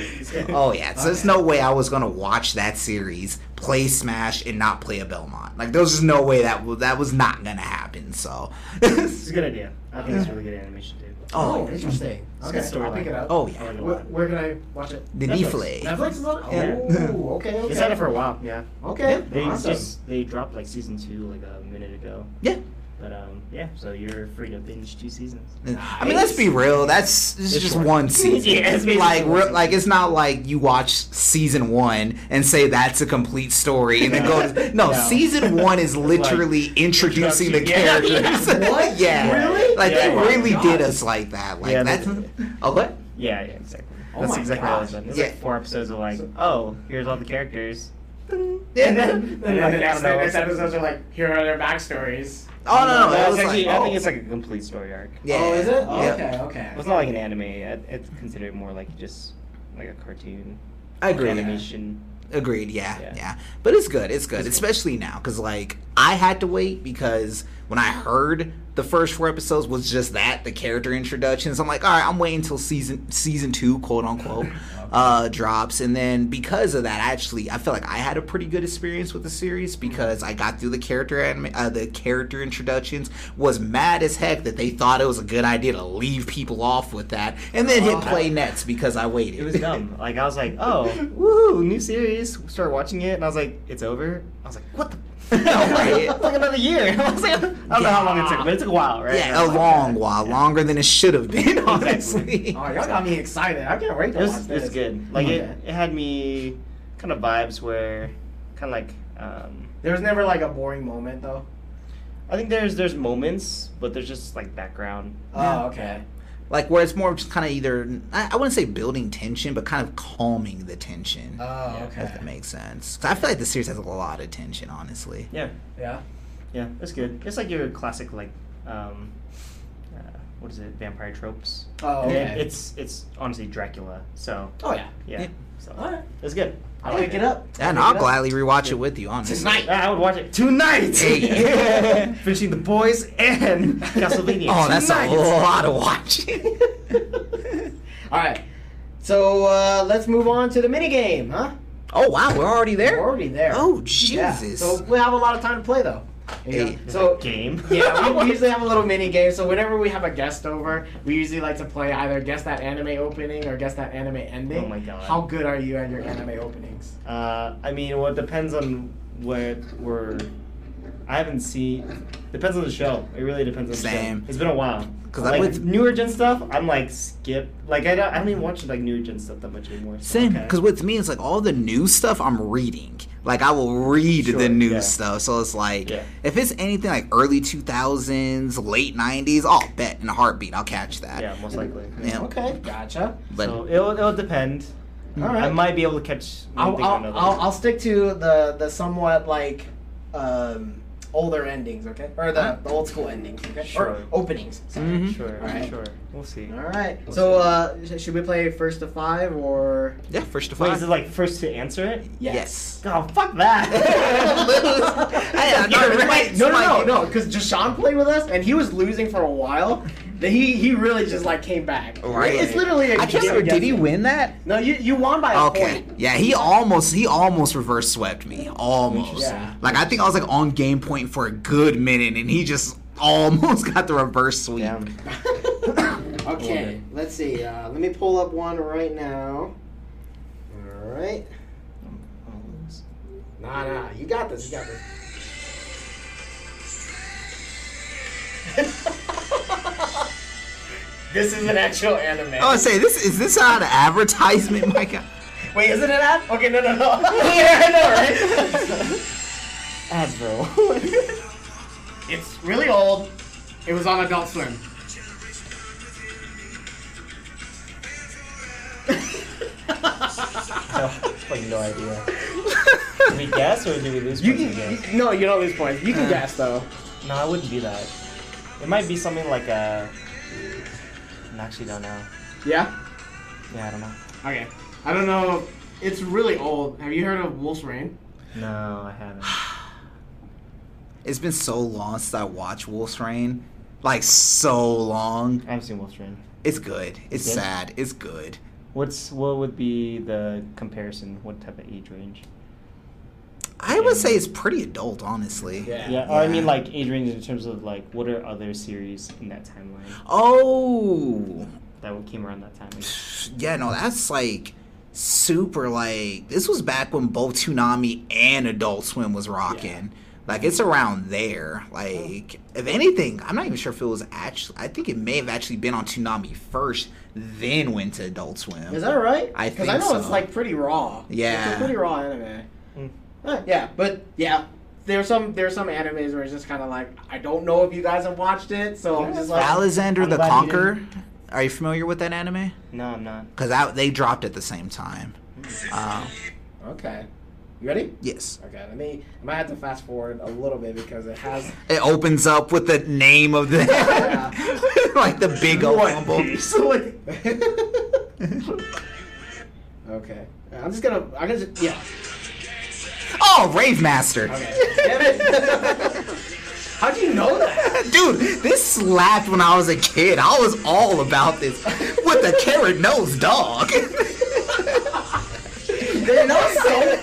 oh yeah. So there's no way I was gonna watch that series, play Smash, and not play a Belmont. Like, there's just no way that wa- that was not gonna happen. So,
It's a good idea. I think it's a really good animation too.
oh,
interesting.
It's a
Okay,
good story
I'll pick it up.
oh
I
yeah,
like it a
Where,
lot.
where can I watch it?
the
Netflix.
Deflay.
Netflix is on it?
Yeah.
Oh, okay, okay.
It's had it for a while. Yeah.
Okay,
They
awesome.
just they dropped like season two like a minute ago.
Yeah.
But um yeah, so you're free to binge two seasons.
I mean, let's be real. That's it's
It's
just
short.
one season.
Yeah, it's basically
like,
one
re-
season.
like it's not like you watch season one and say that's a complete story and then go. To, no,
No.
season one is
like
literally introducing the
introduction. Yeah.
characters.
Yeah.
What?
Yeah.
Really?
Like
Yeah.
they
Oh my
really
God.
did us like that. Like
Yeah, they
that's. Oh what?
Yeah, yeah, exactly.
Oh
That's
my
exactly what I was
gosh.
done. There's
Yeah.
like four episodes of like, oh, here's all the characters.
Yeah.
And then,
And then the next,
I
the
don't know.
next episodes are like, here are their backstories.
Oh no, no,
No,
that
it's
was
actually,
like.
I
oh.
think it's like a complete story arc.
yeah.
Oh, is it?
Yeah.
Okay, okay. Oh,
Well, It's not like an anime. it- It's considered more like just like a cartoon
I agree.
animation.
Agreed. Yeah, yeah,
Yeah.
But it's good. It's good, especially now because like I had to wait because when I heard the first four episodes was just that the character introductions. I'm like, all right, I'm waiting until season season two, quote unquote, uh, drops, and then because of that, I actually I feel like I had a pretty good experience with the series because I got through the character anima- uh, the character introductions. Was mad as heck that they thought it was a good idea to leave people off with that, and then hit play nets because I waited.
It was dumb. Like I was like, oh, woohoo, new series. Start watching it, and I was like, it's over. I was like, what the?
Right.
It's like another year. I was like, I don't know how long it took, but it took a while, right?
Yeah, a long while, longer than it should have been, honestly.
Exactly.
Oh, y'all got me excited. I can't wait
It
to watch
was, it
this.
was good. Like it,
Okay.
it had me kind of vibes where, kind of like, um,
There was never like a boring moment though.
I think there's there's moments, but there's just like background.
Oh, okay.
Like where it's more of just kind of either I, I wouldn't say building tension, but kind of calming the tension.
Oh,
Yeah,
If that
okay.
makes sense. 'Cause I feel like the series has a lot of tension, honestly.
Yeah,
Yeah.
yeah, it's good. It's like your classic like, um, uh, what is it, vampire tropes.
Oh,
And then
okay.
it's it's honestly Dracula. So
Oh yeah.
yeah,
Yeah.
so
All right.
it's good.
I'll pick it up.
And
Pick
I'll
it up.
gladly rewatch it with you, honestly.
Tonight.
Ah, I would watch it tonight.
Hey.
Finishing the boys and Castlevania.
Oh, that's
tonight.
a lot of watching.
All right. So uh, let's move on to the mini game, huh?
oh wow, we're already
We're
there.
already there.
Oh
Yeah.
Jesus.
So we have a lot of time to play though. Yeah.
Hey.
So
game.
yeah, we- we usually have a little mini game. So whenever we have a guest over, we usually like to play either guess that anime opening or guess that anime ending.
Oh my God.
How good are you at your anime openings?
Uh, I mean, well, it depends on what we're. I haven't seen. Depends on the show. It really depends on the
Same.
show. It's been a while.
'Cause I'm
like
with-
newer gen stuff, I'm like skip. Like I don't, I don't even watch like newer gen stuff that much anymore. so,
Same,
okay.
because with me, it's like all the new stuff I'm reading. Like I will read
Sure,
the new
yeah.
stuff, so it's like
Yeah.
if it's anything like early 2000s, late 90s, I'll bet in a heartbeat I'll catch that.
Yeah, most likely.
Yeah.
Okay, gotcha.
But
so it'll, it'll depend.
All right.
Mm, I might be able to catch one
I'll,
thing or
I'll,
another.
I'll, I'll stick to the the somewhat like um, older endings, okay, or the, the old school endings, okay,
Sure. Mm.
or openings. sorry.
Mhm.
Sure,
All right.
sure. We'll see.
All right. So uh, sh- should we play first to five or?
yeah, first of all,
Wait, is it like first to answer it?
yes.
Oh, fuck that.
Hey, I'm not
Wait,
right.
no, no, no,
Mikey.
no, because Deshaun played with us and he was losing for a while. Then he he really just like came back.
Oh, Right.
It's literally a
I can't
game.
remember. Did he win that?
No, you you won by a
Okay.
point.
Yeah, he almost he almost reverse swept me. Almost.
Interesting. Yeah.
Like I think I was like on game point for a good minute and he just almost got the reverse sweep.
Damn.
Okay. Let's see. Uh, let me pull up one right now. All right.
Oh,
Nah, nah. You got this. You got this. this is an actual anime.
I was say this is this not an advertisement, Mike?
Wait, isn't it that? Okay, no, no, no. yeah, I know, right?
Advil.
It's really old. It was on Adult Swim.
I have like no idea. Do we guess or do we lose?
You
points
can
again?
you- no, you don't lose points. You can guess though.
No, it wouldn't be that. It might be something like a. I actually don't know.
Yeah.
Yeah, I don't know.
Okay. I don't know. It's really old. Have you heard of Wolf's Rain?
No, I haven't.
It's been so long since I watched Wolf's Rain. Like so long.
I haven't seen Wolf Train.
It's good. It's
Good?
sad. It's good.
What's what would be the comparison? What type of age range?
I would say it's pretty adult, honestly.
Yeah.
Yeah, or I mean
Yeah.
like age range in terms of like what are other series in that timeline
Oh.
that came around that time? I guess.
Yeah, no, that's like super like this was back when both Toonami and Adult Swim was rocking. Like it's around there. Like if anything, I'm not even sure if it was actually I think it may have actually been on Toonami first, then went to Adult Swim.
Is that right?
I
I
think
know it's
so.
like pretty raw.
Yeah.
It's a pretty raw anime.
Mm.
Uh, yeah, but yeah. There's some there's some animes where it's just kind of like I don't know if you guys have watched it, so I'm just like
Alexander
I'm
the
glad you
Conqueror? Are you familiar with that anime?
No, I'm not.
Because they dropped at the same time. Uh,
okay. You ready?
yes.
Okay, let me. I might have to fast forward a little bit because it has
It opens up with the name of the like the big old
One
bumble.
Piece. Like,
okay. I'm just gonna. I'm gonna. Just, yeah.
Oh, Rave Master.
Okay. Damn it. How do you know that?
Dude, this slapped when I was a kid. I was all about this with the carrot nose dog.
They know so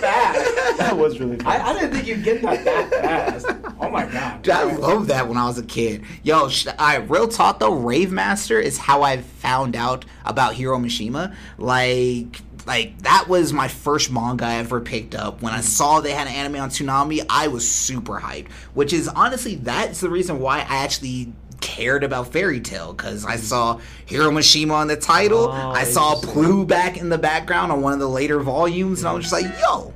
fast.
that was really. Fun.
I, I didn't think you'd get that that fast. Oh my god.
Dude, I love that when I was a kid. Yo, sh- I real talk though, Rave Master is how I found out about Hiro Mishima. Like, like that was my first manga I ever picked up. When I saw they had an anime on Tsunami, I was super hyped. Which is honestly that's the reason why I actually cared about Fairy Tale because I saw Hiro Mishima on the title.
Oh,
I saw
interesting.
Blue back in the background on one of the later volumes, and I was just like, yo.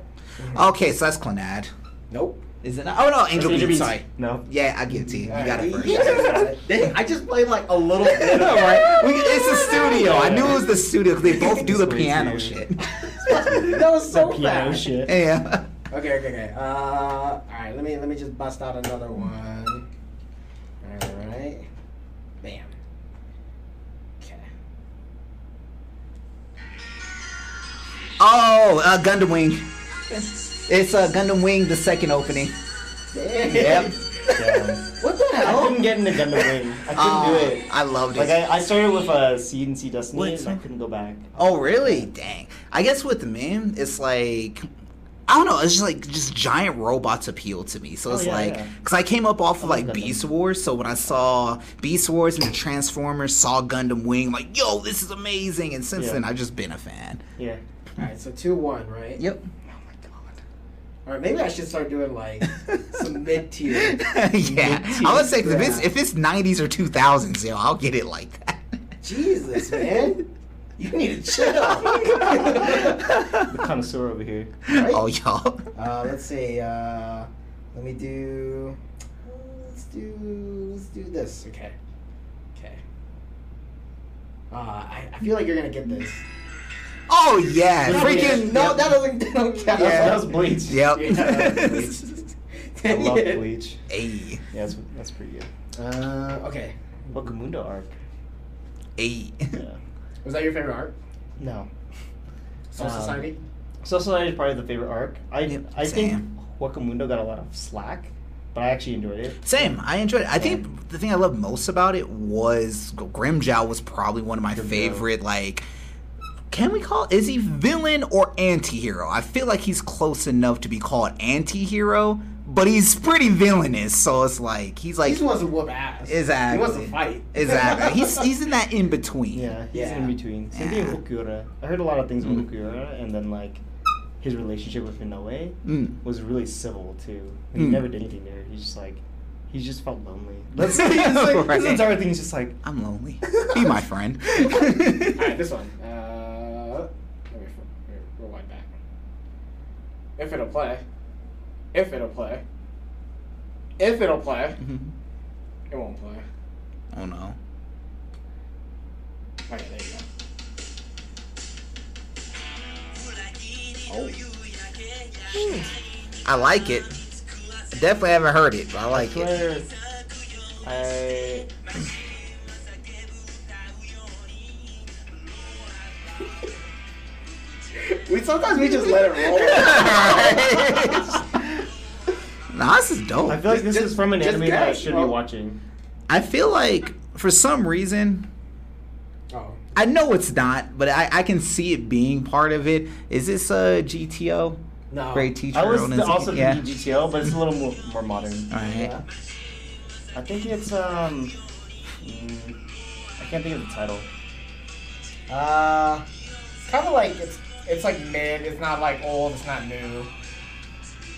Okay, so that's Clannad.
Nope.
Is it not? Oh no, Angel
Mm-hmm. Angel
Beats.
Beats.
Sorry.
No.
Yeah, I give it to you. You got it first.
They- I just played like a little bit
All
of
right. We, it's the studio. I knew it was the studio 'cause they both do the
It's way
piano
too-
shit.
That was so
That piano
fast.
shit.
Yeah.
Okay, okay, okay. Uh, all right. Let me let me just bust out another one. All right. Bam.
Uh, Gundam Wing. It's uh, Gundam Wing, the second opening. Yep.
Damn.
What the
I
hell?
couldn't get into Gundam Wing. I couldn't
Aw,
do it.
Oh, I loved it.
Like I, I started with uh, Seed and Sea Destiny,
Wait,
and I
so-
couldn't go back.
Oh, really? Dang. I guess with men, it's like. I don't know. It's just like just giant robots appeal to me. So
Oh,
it's
yeah,
like
yeah.
because I came up off of
I love
like
Gundam.
Beast Wars. So when I saw Beast Wars and the Transformers, saw Gundam Wing, like yo, this is amazing. And since
Yeah.
then, I've just been a fan.
Yeah.
Alright, so 2 1, right?
Yep.
Alright, maybe I should start doing like some mid tier.
yeah. I would say 'cause if it's
Yeah.
if it's nineties or two thousands, yo, I'll get it like that.
Jesus, man. You need to chill.
The connoisseur over here.
Right?
Oh, y'all.
uh, let's see. Uh, let me do. Let's do. Let's do this. Okay. Okay. Uh, I, I feel like you're gonna get this.
Oh yeah.
Yeah,
Freaking
no,
yep.
that doesn't. That don't count.
Yeah.
That was Bleach.
Yep.
I love
Yeah.
Bleach.
Hey,
Yeah, that's, that's pretty good.
Uh, okay.
Wakamundo arc.
hey.
Yeah.
Was that your favorite art?
No.
Soul
Um,
Society.
Soul Society is probably the favorite arc. I
Yep,
I
same.
think Wakamundo got a lot of slack, but I actually enjoyed it.
Same. I enjoyed it. I think the thing I loved most about it was Grimjow was probably one of my
Grimjow.
favorite. Like, can we call is he villain or anti-hero? I feel like he's close enough to be called anti-hero, but he's pretty villainous. So it's like he's
He
like
just wants to whoop ass.
exactly
He wants to fight.
Exactly. He's he's in that in between.
Yeah, he's
Yeah.
in between. Same thing with Okura. I heard a lot of things
Mm.
with Okura, and then like his relationship with Inoue
Mm.
was really civil too. He
Mm.
never did anything there. He's just like he just felt lonely. That's
Right.
he's like, his entire thing is just like
I'm lonely. Be my friend.
All right, this one. Uh, let me let me rewind back. If it'll play, if it'll play, if it'll play,
Mm-hmm.
it won't play.
oh no.
Okay, there you go.
I like it. Definitely haven't heard it, but I like it.
Claire. I
We sometimes we just let it roll.
nah, this is dope.
I feel like this
Just-
is from an
just
anime that I
guess,
should
bro.
be watching.
I feel like for some reason,
oh,
I know it's not, but I, I can see it being part of it. Is this a GTO?
no.
Great teacher.
I Oh. was
Onan Zaki-
also
yeah.
thinking GTO, but it's a little more, more modern.
Alright.
Yeah. I think it's um, mm, I can't think of the title.
Uh, it's kind of like it's it's like mid. It's not like old. It's not new.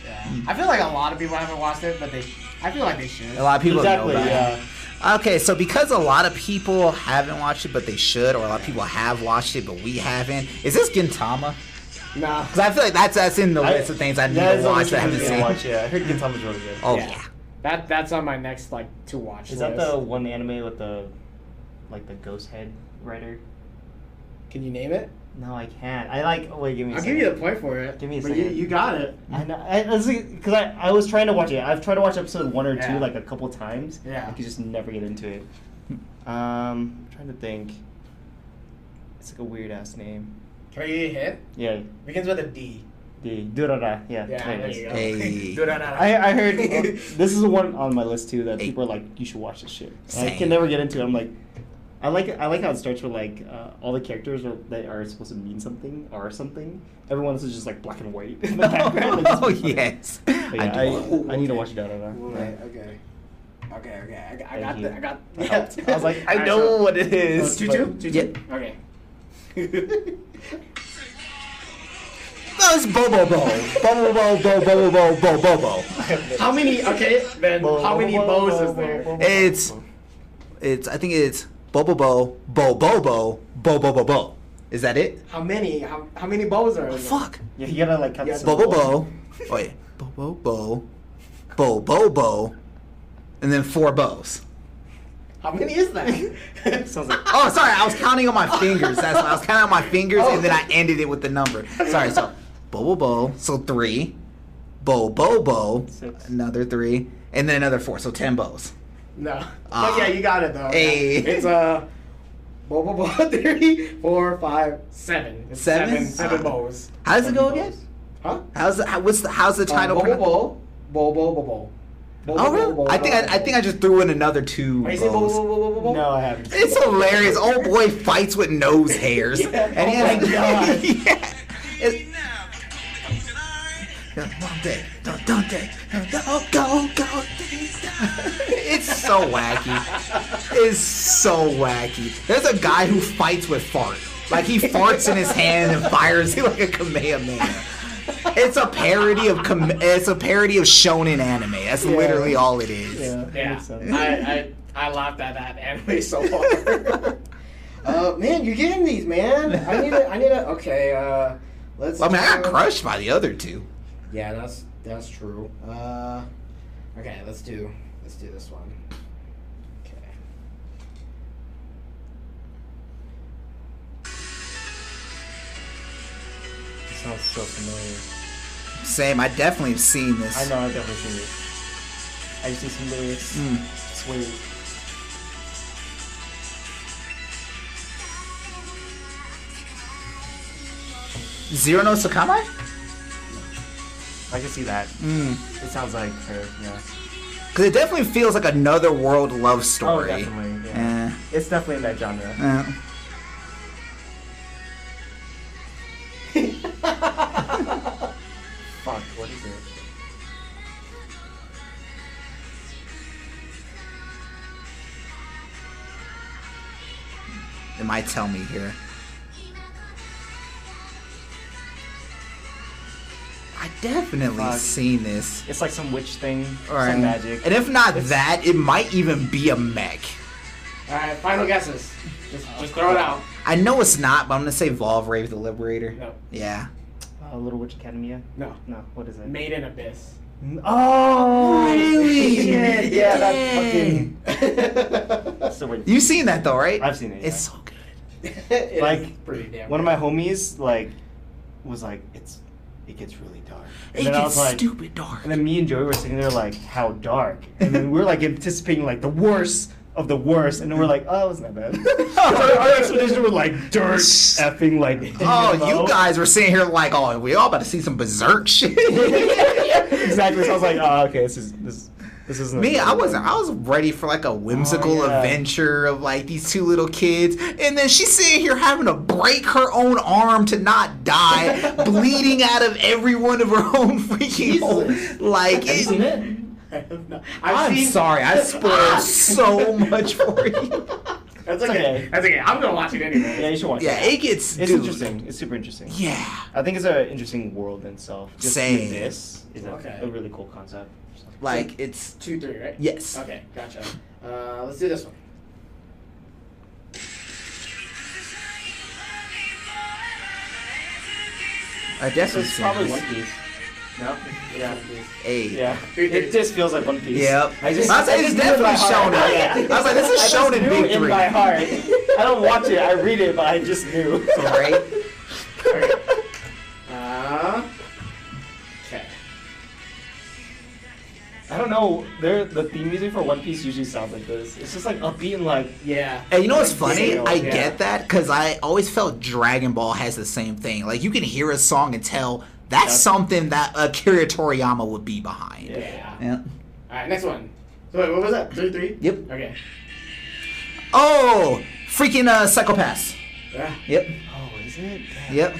Yeah. I feel like a lot of people haven't watched it, but they. I feel like they should.
A lot of people
exactly.
know about it.
yeah.
Okay, so because a lot of people haven't watched it, but they should, or a lot of people have watched it, but we haven't. Is this Gintama?
Nah.
Because I feel like that's that's in the
I-
list of things I need
that
to
is on
watch
the
that I
list
haven't
of things to
seen.
Watch, yeah, I heard Gintama's really good.
Oh
Yeah.
yeah.
That that's on my next like to watch.
Is that
list.
the one anime with the, like the ghost head writer?
Can you name it?
No, I can't. I like. oh, Wait, give me. a
I'll give
second.
you the point for it.
Give me a
but You,
second.
you got it.
I know. I, because I, I was trying to watch it. I've tried to watch episode one or
Yeah.
two like a couple times.
Yeah.
I could just never get into it. Um, I'm trying to think. It's like a weird ass name.
Can I give you a hint?
Yeah.
Begins with a D.
The Durara. Yeah.
Yeah,
there it
there
is.
you go.
Hey.
I, I heard uh, this is the one on my list too that people are like, you should watch this shit. And I
Same.
can never get into. it. I'm like, I like I like how it starts with like uh, all the characters are, that are supposed to mean something are something. Everyone else is just like black and white in the background. It's
oh
pretty funny.
yes.
But yeah,
do
I,
love-
I, need to watch Da Da Da.
Right, okay. Okay, okay. I, got- I
Thank
got
you.
the, I got
I helped. I was like, I know what it is,
Two
but-
two? Two two?
Yeah.
Okay.
No, it's Bobo Bo. Bobo Bo Bo Bobo Bo Bo Bo Bo.
How many okay, then
Whoa,
how
whoa,
many
whoa,
bows
whoa,
is there?
whoa, whoa, whoa,
It's-
whoa.
It's I think it's Bobo Bo Bo Bo Bo Bo Bo Bo Bo. Is that it?
How many? How, how many bows are there?
Fuck.
yeah. You gotta like cut
Yeah,
this
Bo Bo
off.
Bo. Oh yeah. Bo Bo Bo. Bo Bo Bo. And then four bows.
How many is that?
Sounds like
Oh, sorry. I was counting on my fingers. That's why I was counting on my fingers, and then
Oh.
I ended it with the number. Sorry. So, bo bo bo. So three, bo bo bo.
Six.
Another three, and then another four. So ten bows.
no.
Ah.
but yeah, you got it though.
Hey.
It's uh Boba Bo Theory, four, five, seven. It's
Seven?
Seven, seven
Ah.
bows.
How does it go
Seven
again?
Huh?
balls.
How's the, how, what's the how's the title?
Uh,
pronoun-
Bobo Bo, Bobo Bobo. Bobo
Oh, really?
Bobo,
I think I, I think I just threw in another two.
Have you seen Bobo
balls.
Bobo Bobo Bobo?
No, I haven't. seen
It's
it.
hilarious. Old boy fights with nose hairs.
Yeah.
and he
Oh my
has,
God.
yeah. It- Dante, Dante, go, go, go. It's so wacky. It's so wacky. There's a guy who fights with fart. Like he farts in his hand and fires it like a Kamehameha. It's a parody of Kam- it's a parody of shonen anime. That's
Yeah.
literally all it is.
Yeah, that
Yeah,
makes sense.
I, I I laughed at that anime so hard. uh, man, you're getting these, man. I need a, I need a. Okay, uh, let's.
I mean, I got
do-
crushed by the other two.
Yeah, that's that's true. Uh, okay, let's do let's do this one. Okay.
It sounds so familiar.
Same. I definitely have seen this.
I know, I've definitely seen it. I just see some lyrics.
Mm.
It's weird.
Zero no Sakama?
I can see that.
Mm.
It sounds like her. Yeah.
Cause it definitely feels like another world love
Oh,
story.
definitely. Yeah.
Eh,
It's definitely in that genre.
eh.
Fuck. What is it?
It might tell me here. I definitely
Fuck.
seen this.
It's like some witch thing.
Or
Some magic.
And if not that, it might even be a mech.
All right, final guesses. Just just throw it out.
I know it's not, but I'm gonna say Volgrave the Liberator.
No,
Yeah.
uh, Little Witch Academia.
no.
No. What is it?
Made in abyss.
Oh.
Really?
shit, Yeah.
Dang.
That fucking. so weird.
You've seen that though, right?
I've seen it.
It's so
yeah.
good.
It is
Like,
pretty damn.
One of my homies like was like, it's it gets really dark.
It
then I
gets
was like,
stupid dark.
And then me and Joey were sitting there like, how dark? And then we are like anticipating like the worst of the worst, and then we're like, oh, it's not bad. so our, our explanation was like dirt effing like.
Oh,
demo.
you guys were sitting here like, oh, we all about to see some berserk shit.
exactly. So I was like, oh, okay, this is this this isn't.
Me, I wasn't. I was ready for like a whimsical
Oh, yeah.
adventure of like these two little kids, and then she's sitting here having to break her own arm to not die, bleeding out of every one of her own freaking holes.
Have
Like,
you seen
it,
it? I have not. I've
I'm
seen-
sorry, I
Ah!
spoiled so much for you.
That's
It's
okay.
okay.
That's okay. I'm gonna watch it anyway.
Yeah, you should watch.
Yeah,
it.
it gets.
It's
dude,
interesting. It's super interesting.
Yeah.
I think it's an interesting world in itself. Just
Same.
This is a,
Okay.
a really cool concept. So-
Like, it's.
Two, three, right?
Yes.
Okay, gotcha. Uh, let's do this one.
I definitely
It's probably
seen
One
this.
Piece.
No. Yeah.
Hey.
Yeah.
Dude,
It just feels like One Piece.
Yep.
I just,
I was like,
I
it's
just knew it by
definitely
heart.
Shonen. I was like, this is
I just
Shonen
knew
Big
it
Three.
by heart. I don't watch it. I read it, but I just knew.
Right?
Uh, okay.
I don't know. They're, the theme music for One Piece usually sounds like this. It's just like upbeat and like.
Yeah.
And you know what's
Like,
funny?
yeah,
I
yeah.
get that because I always felt Dragon Ball has the same thing. Like you can hear a song and tell that's
Yeah.
something that Akira Toriyama would be behind.
Yeah.
Yeah.
Yeah.
All right, next one. So wait, what was that? Three, three.
Yep.
Okay.
Oh, freaking uh, Psychopaths.
Yeah.
Yep.
Oh, is it? Damn.
Yep.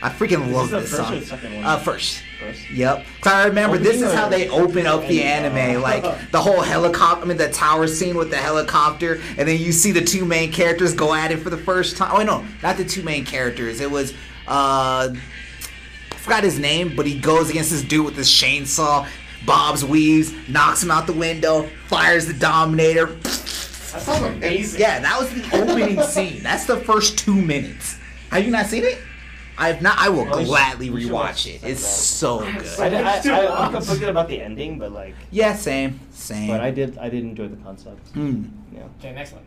I freaking
Is
love
the
this
first or
song.
the second one?
Uh, first.
First.
Yep. Cause I remember this is
Opening
how
or-
they open up the
Ending,
anime,
Oh, uh,
like the whole helicopter, I mean the tower scene with the helicopter, and then you see the two main characters go at it for the first time. Oh no, not the two main characters. It was uh, I forgot his name, but he goes against this dude with this chainsaw. Bob's weaves, knocks him out the window, fires the Dominator.
That sounds amazing.
Yeah, that was the opening scene. That's the first two minutes. Have you not seen it? I have not. I will
Well, you should-
gladly
you should watch
rewatch it.
that
It's
back.
so
I,
good.
so-
I,
Too
I,
long.
I'm conflicted about the ending, but like.
Yeah, same, same.
But I did. I did enjoy the concept.
Hmm.
Yeah.
Okay, next one.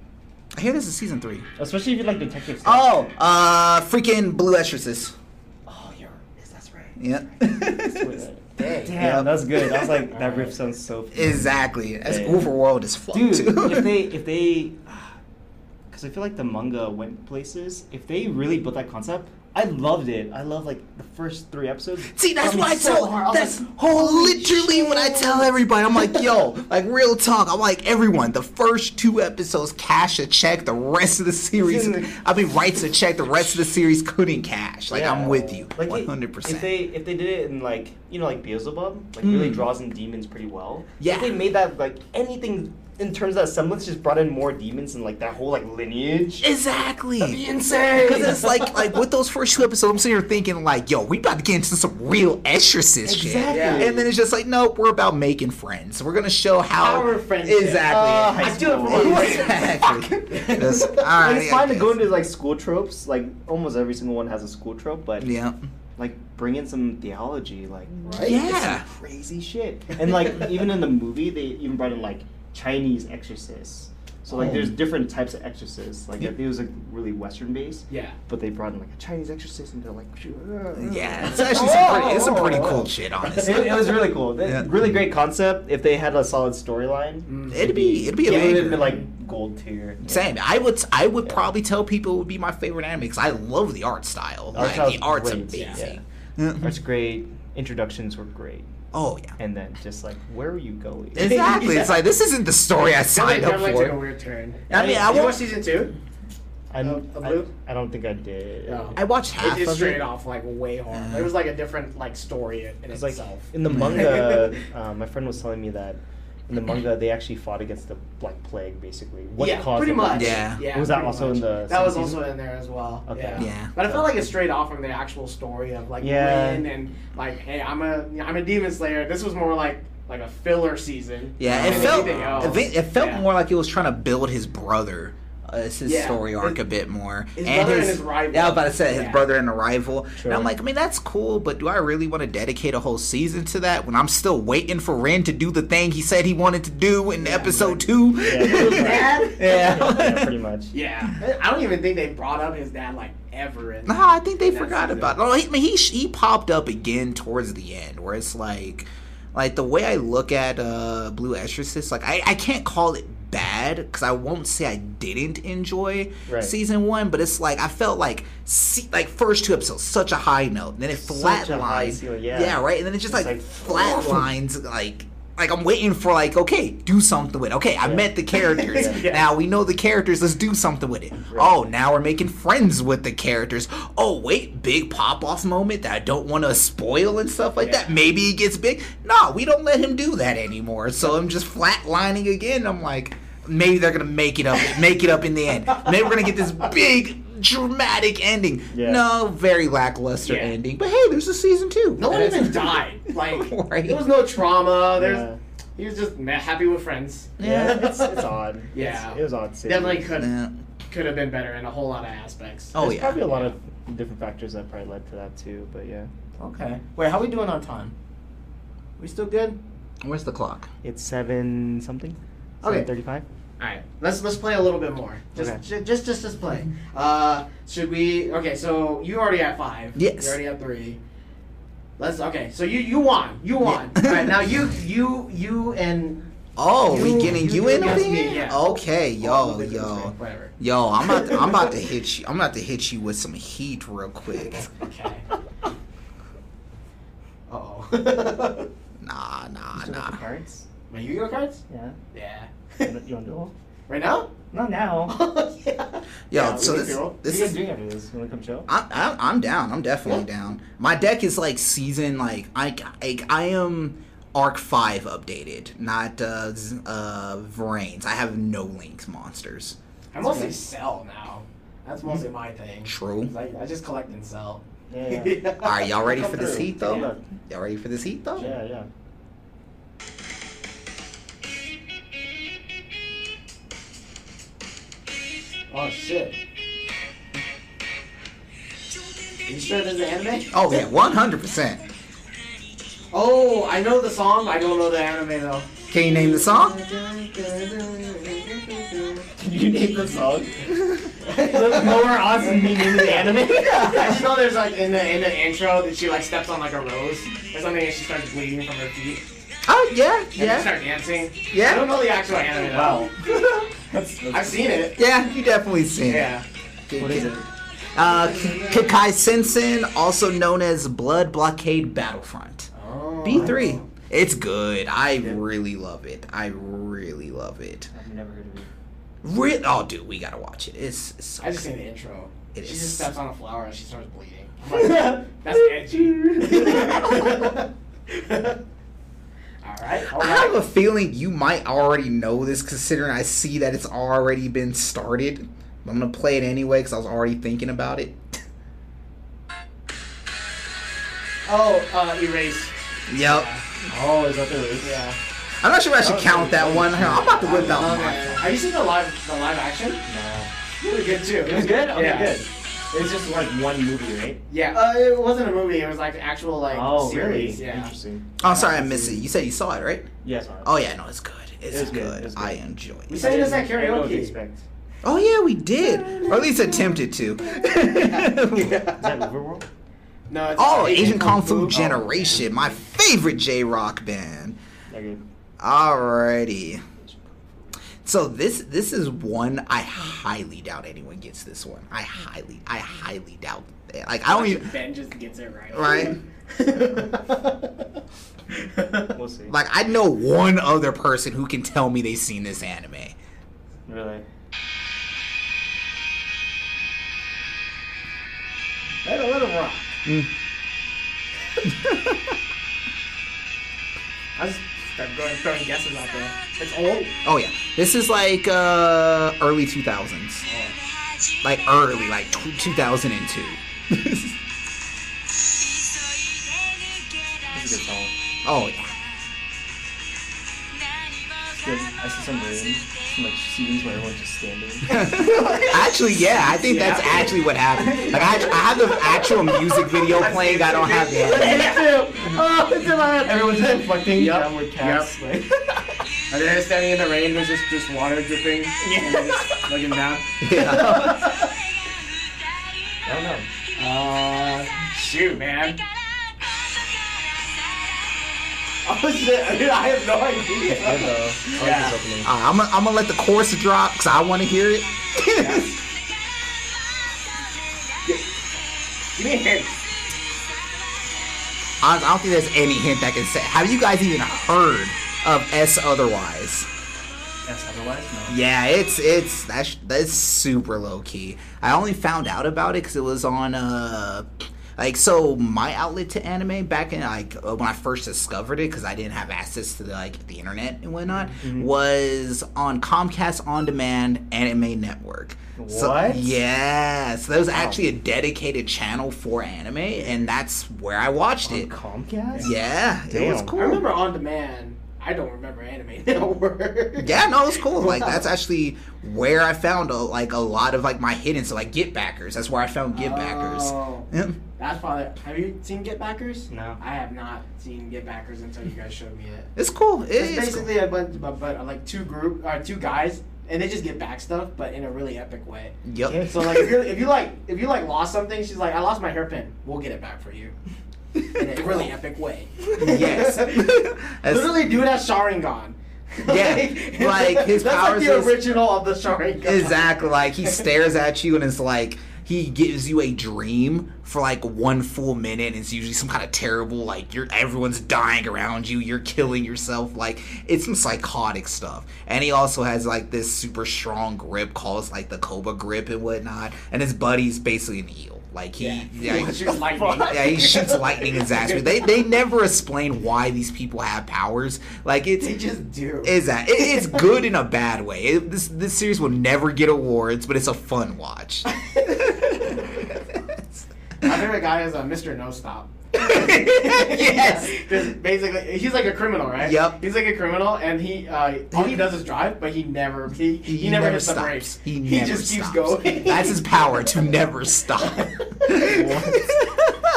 I hear this is season three.
Especially if you like detective stuff.
Oh, uh, freaking Blue Exorcist.
Oh, you're. Yes, that's right.
Yeah.
Damn,
Dang.
Yeah.
that's good. I was like, that riff sounds so.
exactly. That's
Yeah.
overworld as fuck
Dude,
too.
if they if they, because because I feel like the manga went places. If they really built that concept, I loved it. I love like the first three episodes.
See, that's
Got me
what I
so
tell.
hard. I was
that's
like,
whole literally what I tell everybody. I'm like, yo, like real talk. I'm like everyone. The first two episodes cash a check. The rest of the series,
Isn't it-
I mean, writes a check. The rest of the series couldn't cash. Like
Yeah.
I'm with you,
Like,
one
it-
hundred
If they
percent.
if they did it in like you know like Beelzebub, like really
Mm.
draws in demons pretty well.
Yeah.
If they made that like anything in terms of that semblance, just brought in more demons and like that whole like lineage.
Exactly.
insane.
Because it's like, like with those first two episodes, I'm sitting here thinking, like, yo, we about to get into some real exorcist shit.
Exactly.
Yeah.
And then it's just like, nope, we're about making friends. We're gonna show how
Power friendship. Oh,
Ah,
exactly.
high
I do it
school.
for one
Exactly. That's- all
And
right,
it's
I
fine to go
guess.
into like school tropes. Like almost every single one has a school trope, but
Yeah.
like bring in some theology, like
Right?
Yeah.
some crazy shit. And like even in the movie, they even brought in like Chinese exorcists. So like
Oh.
there's different types of exorcists. Like I
Yeah.
think it was like really Western based,
Yeah.
but they brought in like a Chinese exorcist, and they're like,
Yeah, it's actually
Oh.
some pretty, it's some pretty cool shit, honestly.
It, it was really cool. That-
Yeah. Mm.
Really great concept. If they had a solid storyline,
Mm.
It'd be it'd be
yeah, it would
amazing.
have been like gold tier. Yeah.
Same. I would I would probably tell people it would be my favorite anime because I love the art style.
Art
like,
style's
the art's
great,
amazing. Mm-hmm.
Art's great. Introductions were great,
Oh yeah.
and then just like, where are you going?
Exactly. It's like this isn't the story I signed up
Definitely took a
for.
weird turn.
I mean, I
Did you watch
watched,
season two?
I,
Of- of Oh.
I,
Luke?
I don't think I did.
No.
I watched half
It is
of
straight
it.
off like way hard.
Yeah.
It was like a different like story in, in
It's like
itself.
in the manga, uh, my friend was telling me that in the manga they actually fought against the Black Plague, basically. What
yeah,
caused
pretty
the Black
much.
Plague.
Yeah.
yeah
Was that
pretty
also in the
That was
second
also
season?
in there as well.
Okay.
Yeah.
Yeah.
But I felt like it's straight off from the actual story of like
Yeah.
Lin and like, hey, I'm a I'm a demon slayer. This was more like like a filler season.
Yeah,
than
it felt
anything else.
it, fe- it felt
Yeah.
more like it was trying to build his brother. Uh, it's his
Yeah,
story arc a
his-
bit more.
his brother and his rival.
Yeah, I was about to say his
Yeah.
brother and a rival.
Sure.
And I'm like, I mean, that's cool, but do I really want to dedicate a whole season to that when I'm still waiting for Ren to do the thing he said he wanted to do in episode two?
Yeah, he was
mad.
yeah.
yeah, yeah, pretty much.
Yeah, I don't even think they brought up his dad like ever. In
No, I think they
That's
forgot
it.
about. No, he, I mean, he he popped up again towards the end, where it's like, like the way I look at uh Blue Exorcist, like I I can't call it bad because I won't say I didn't enjoy
Right.
season one, but it's like I felt like se- like first two episodes such a high note, and then it
Such a high
flatlines,
ceiling, yeah.
right, and then it just
It's
like,
like-
flatlines, like. Like I'm waiting for like okay do something with it. okay I
Yeah.
met the characters
Yeah.
now we know the characters let's do something with it
Right.
oh now we're making friends with the characters. Oh, wait, big pop off moment that I don't want to spoil and stuff like that. Maybe he gets big. No, we don't let him do that anymore. So I'm just flatlining again. I'm like, maybe they're gonna make it up, make it up in the end. Maybe we're gonna get this big dramatic ending.
Yeah.
No, very lackluster
Yeah.
ending. But hey, there's a season two.
No one even died. Like
Right.
there was no trauma. There's
Yeah.
he was just ma- happy with friends.
Yeah,
Yeah.
it's, it's odd. It's-
Yeah.
it was odd. Too.
Definitely could
Yeah.
could have been better in a whole lot of aspects.
Oh
There's
yeah.
probably a lot of different factors that probably led to that too. But yeah,
Okay. Wait, how we doing on time? We still good?
Where's the clock?
it's seven something.
Okay.
thirty-five.
All right. Let's let's play a little bit more. Just
Okay.
ju- just just just play. Uh, should we? Okay. So you already at five.
Yes.
You already at three. Let's okay. So you you won. You won.
Yeah.
All right. Now you you you and
Oh,
You-
we getting
you
you, in
against
again?
me, yeah.
Okay, yo,
Whatever.
yo. Yo, I'm about to, I'm about to hit you. I'm about to hit you with some heat real quick.
Okay. oh.
Nah, nah,
Still got the
nah.
cards.
My Yu-Gi-Oh cards?
Yeah.
Yeah.
You wanna- you want to do all?
right now?
Not now.
yeah.
Yo,
Yeah,
so
we
this
do.
this
what are
is
you guys doing after this? You want to come chill?
I'm, I'm I'm down. I'm definitely down. My deck is like season like I I, I am arc 5 updated, not uh z- uh Vrains. I have no links monsters.
I mostly sell now. That's mostly my thing.
True.
'Cause I, I just collect and sell.
Yeah, yeah.
All right, y'all ready for this
through.
heat though?
Yeah.
Y'all ready for this heat though?
Yeah, yeah.
Oh shit. You sure there's an anime?
Oh yeah, 100%.
Oh, I know the song. I don't know the anime though.
Can you name the song?
Can you name the song? Lower odds than me naming the anime.
I just know there's like in the in the intro that she like steps on like a rose or something and she starts bleeding from her feet.
Oh yeah,
And they
yeah.
start dancing.
Yeah.
I don't know the actual anime though.
That's- that's-
I've seen it.
Yeah, you definitely seen
Yeah.
it.
What is it?
Uh, K- Kakai Sensen, also known as Blood Blockade Battlefront.
Oh.
B3. It's good. I really love it. I really love it.
I've never heard of it.
Re- oh, dude, we gotta watch it. It's, it's so
I just
good.
seen the intro.
It
she
is-
just steps on a flower and she starts bleeding. I'm like, That's edgy. All right. All
I have a
right.
feeling you might already know this, considering I see that it's already been started. But I'm gonna play it anyway because I was already thinking about it.
Oh, uh, erase.
yep.
Oh, is that the race?
Yeah.
I'm not sure if I should count that one. Hang on, I'm about to whip out my.
Okay. Have you seen the live the live action?
No.
It was good too.
It was good? Okay,
yeah.
good. It was just like one movie, right?
Yeah. Uh, it wasn't a movie. It was like actual like
oh,
series.
really?
Yeah.
Interesting.
Oh, sorry, I missed it. You said you saw it, right?
Yes.
Oh yeah, no, it's good. It's
It was good.
good.
It was good.
I enjoy
We
it.
said it as that
I know what to
karaoke.
expect. Is
Oh yeah, we did, or at least attempted to.
that Riverworld?
No. It's
oh, Asian Kung Fu
General.
Generation, my favorite J rock band.
Yeah, good.
Alrighty. So this this is one I highly doubt anyone gets this one. I highly I highly doubt. it. Like I don't even
Oh, Ben just gets it right.
right.
We'll see.
Like I know one other person who can tell me they've seen this anime.
Really?
Let it, let it rock. I just start going, throwing guesses out there. It's old.
Oh yeah, this is like uh early two thousands, like uh, early like two thousand and two.
It's a good song.
oh yeah.
It's good. I see some random some, like scenes where everyone's just standing.
Actually, yeah, I think that's
Yeah.
actually what happened. Like I, I have the actual music video playing. I don't have the. anime.
Oh, it's in my head.
everyone's reflecting
Yep.
downward casts.
Yep.
Like,
And then standing in the rain, there's just, just water dripping. And they're just looking down.
Yeah. Uh,
I don't know.
Uh, shoot, man. Oh shit! I, mean, I have no idea.
I don't know. I like
Yeah.
this opening.
Uh, I'm gonna I'm gonna let the chorus drop because I want to hear it.
Give me a hint.
I, I don't think there's any hint that can say. Have you guys even heard of S Otherwise?
Yes, otherwise, no.
Yeah, it's it's that's that's super low key. I only found out about it because it was on uh like so my outlet to anime back in like uh, when I first discovered it because I didn't have access to the, like the internet and whatnot
Mm-hmm.
was on Comcast On Demand Anime Network. So,
What?
yeah, so there was actually a dedicated channel for anime, and that's where I watched it.
Comcast?
Yeah, it was
Damn.
cool.
I remember on demand. I don't remember anime network.
Yeah, no, it's cool. Like that's actually where I found a, like a lot of like my hidden. So like Get Backers, that's where I found Get Backers.
Oh,
Yep.
that's probably. Have you seen Get Backers?
No.
I have not seen Get Backers until you guys showed me it.
It's cool. It
It's
is. Cool.
basically a bunch of but like two group or two guys, and they just get back stuff, but in a really epic way.
Yep.
So like if you if you like if you like lost something, she's like, I lost my hairpin. We'll get it back for you in a really epic way.
yes. That's-
Literally, dude has Sharingan.
Yeah, like, his
that's
powers
like the
is-
original of the Sharingan.
exactly. Like he stares at you and it's like he gives you a dream for like one full minute and it's usually some kind of terrible like you're everyone's dying around you you're killing yourself like it's some psychotic stuff and he also has like this super strong grip calls like the cobra grip and whatnot and his buddy's basically an eel like he
Yeah.
yeah, he-
Shoots lightning.
yeah, he shoots lightning in his ass. They they never explain why these people have powers. Like it's
They just do.
is that it, it's good in a bad way. It, this this series will never get awards, but it's a fun watch.
My favorite guy is uh, Mr. No Stop.
yes.
Just basically, he's like a criminal, right?
Yep.
He's like a criminal, and he uh, all he does is drive, but he never he, he, never, hits the brakes.
He, never
just keeps
stops.
going.
That's his power to never stop.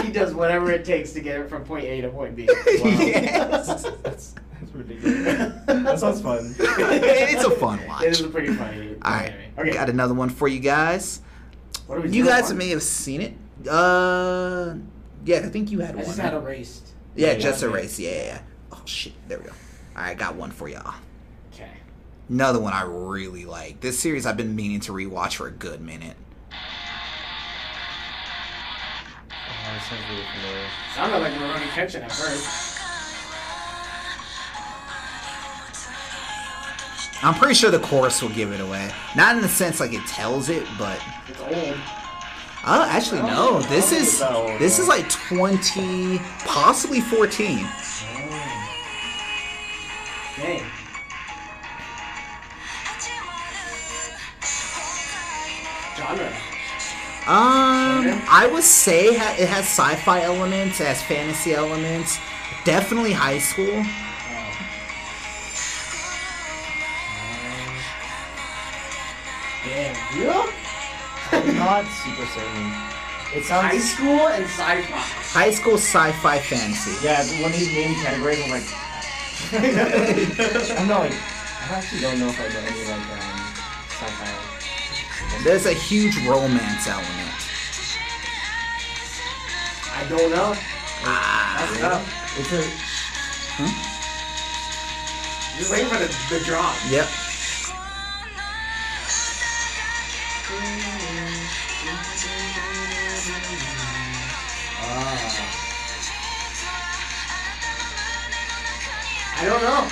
he does whatever it takes to get it from point A to point B.
Yes.
That's, that's ridiculous. Oh, that sounds fun.
it's a fun watch.
It is a pretty funny.
All right,
Okay.
got another one for you guys.
What are we
You
doing?
guys may have seen it. Uh, yeah, I think you had
I
one.
just had erased.
yeah,
Yeah,
just
yeah.
erase. Yeah, yeah, yeah. Oh shit, there we go. All right, got one for y'all.
Okay.
Another one I really like. This series I've been meaning to rewatch for a good minute.
Oh, this sounds really familiar.
Sounded like Rurouni Kenshin at first.
I'm pretty sure the chorus will give it away. Not in the sense like it tells it, but
It's old.
I don't actually know. This is
that old,
this
no.
is like 20, possibly 14.
Dang. Genre.
Um,
Shonen?
I would say ha- it has sci-fi elements, it has fantasy elements, definitely high school.
Damn. Real?
I'm not super certain. It sounds.
High school and sci-fi.
High school sci-fi fantasy.
Yeah, it's one of these main categories. I'm like, I'm not like. I actually don't know if I know any like um, sci-fi.
There's a huge romance element.
I don't know. That's
Ah,
enough.
It's a.
Just waiting for the, the drop.
yep.
I don't know.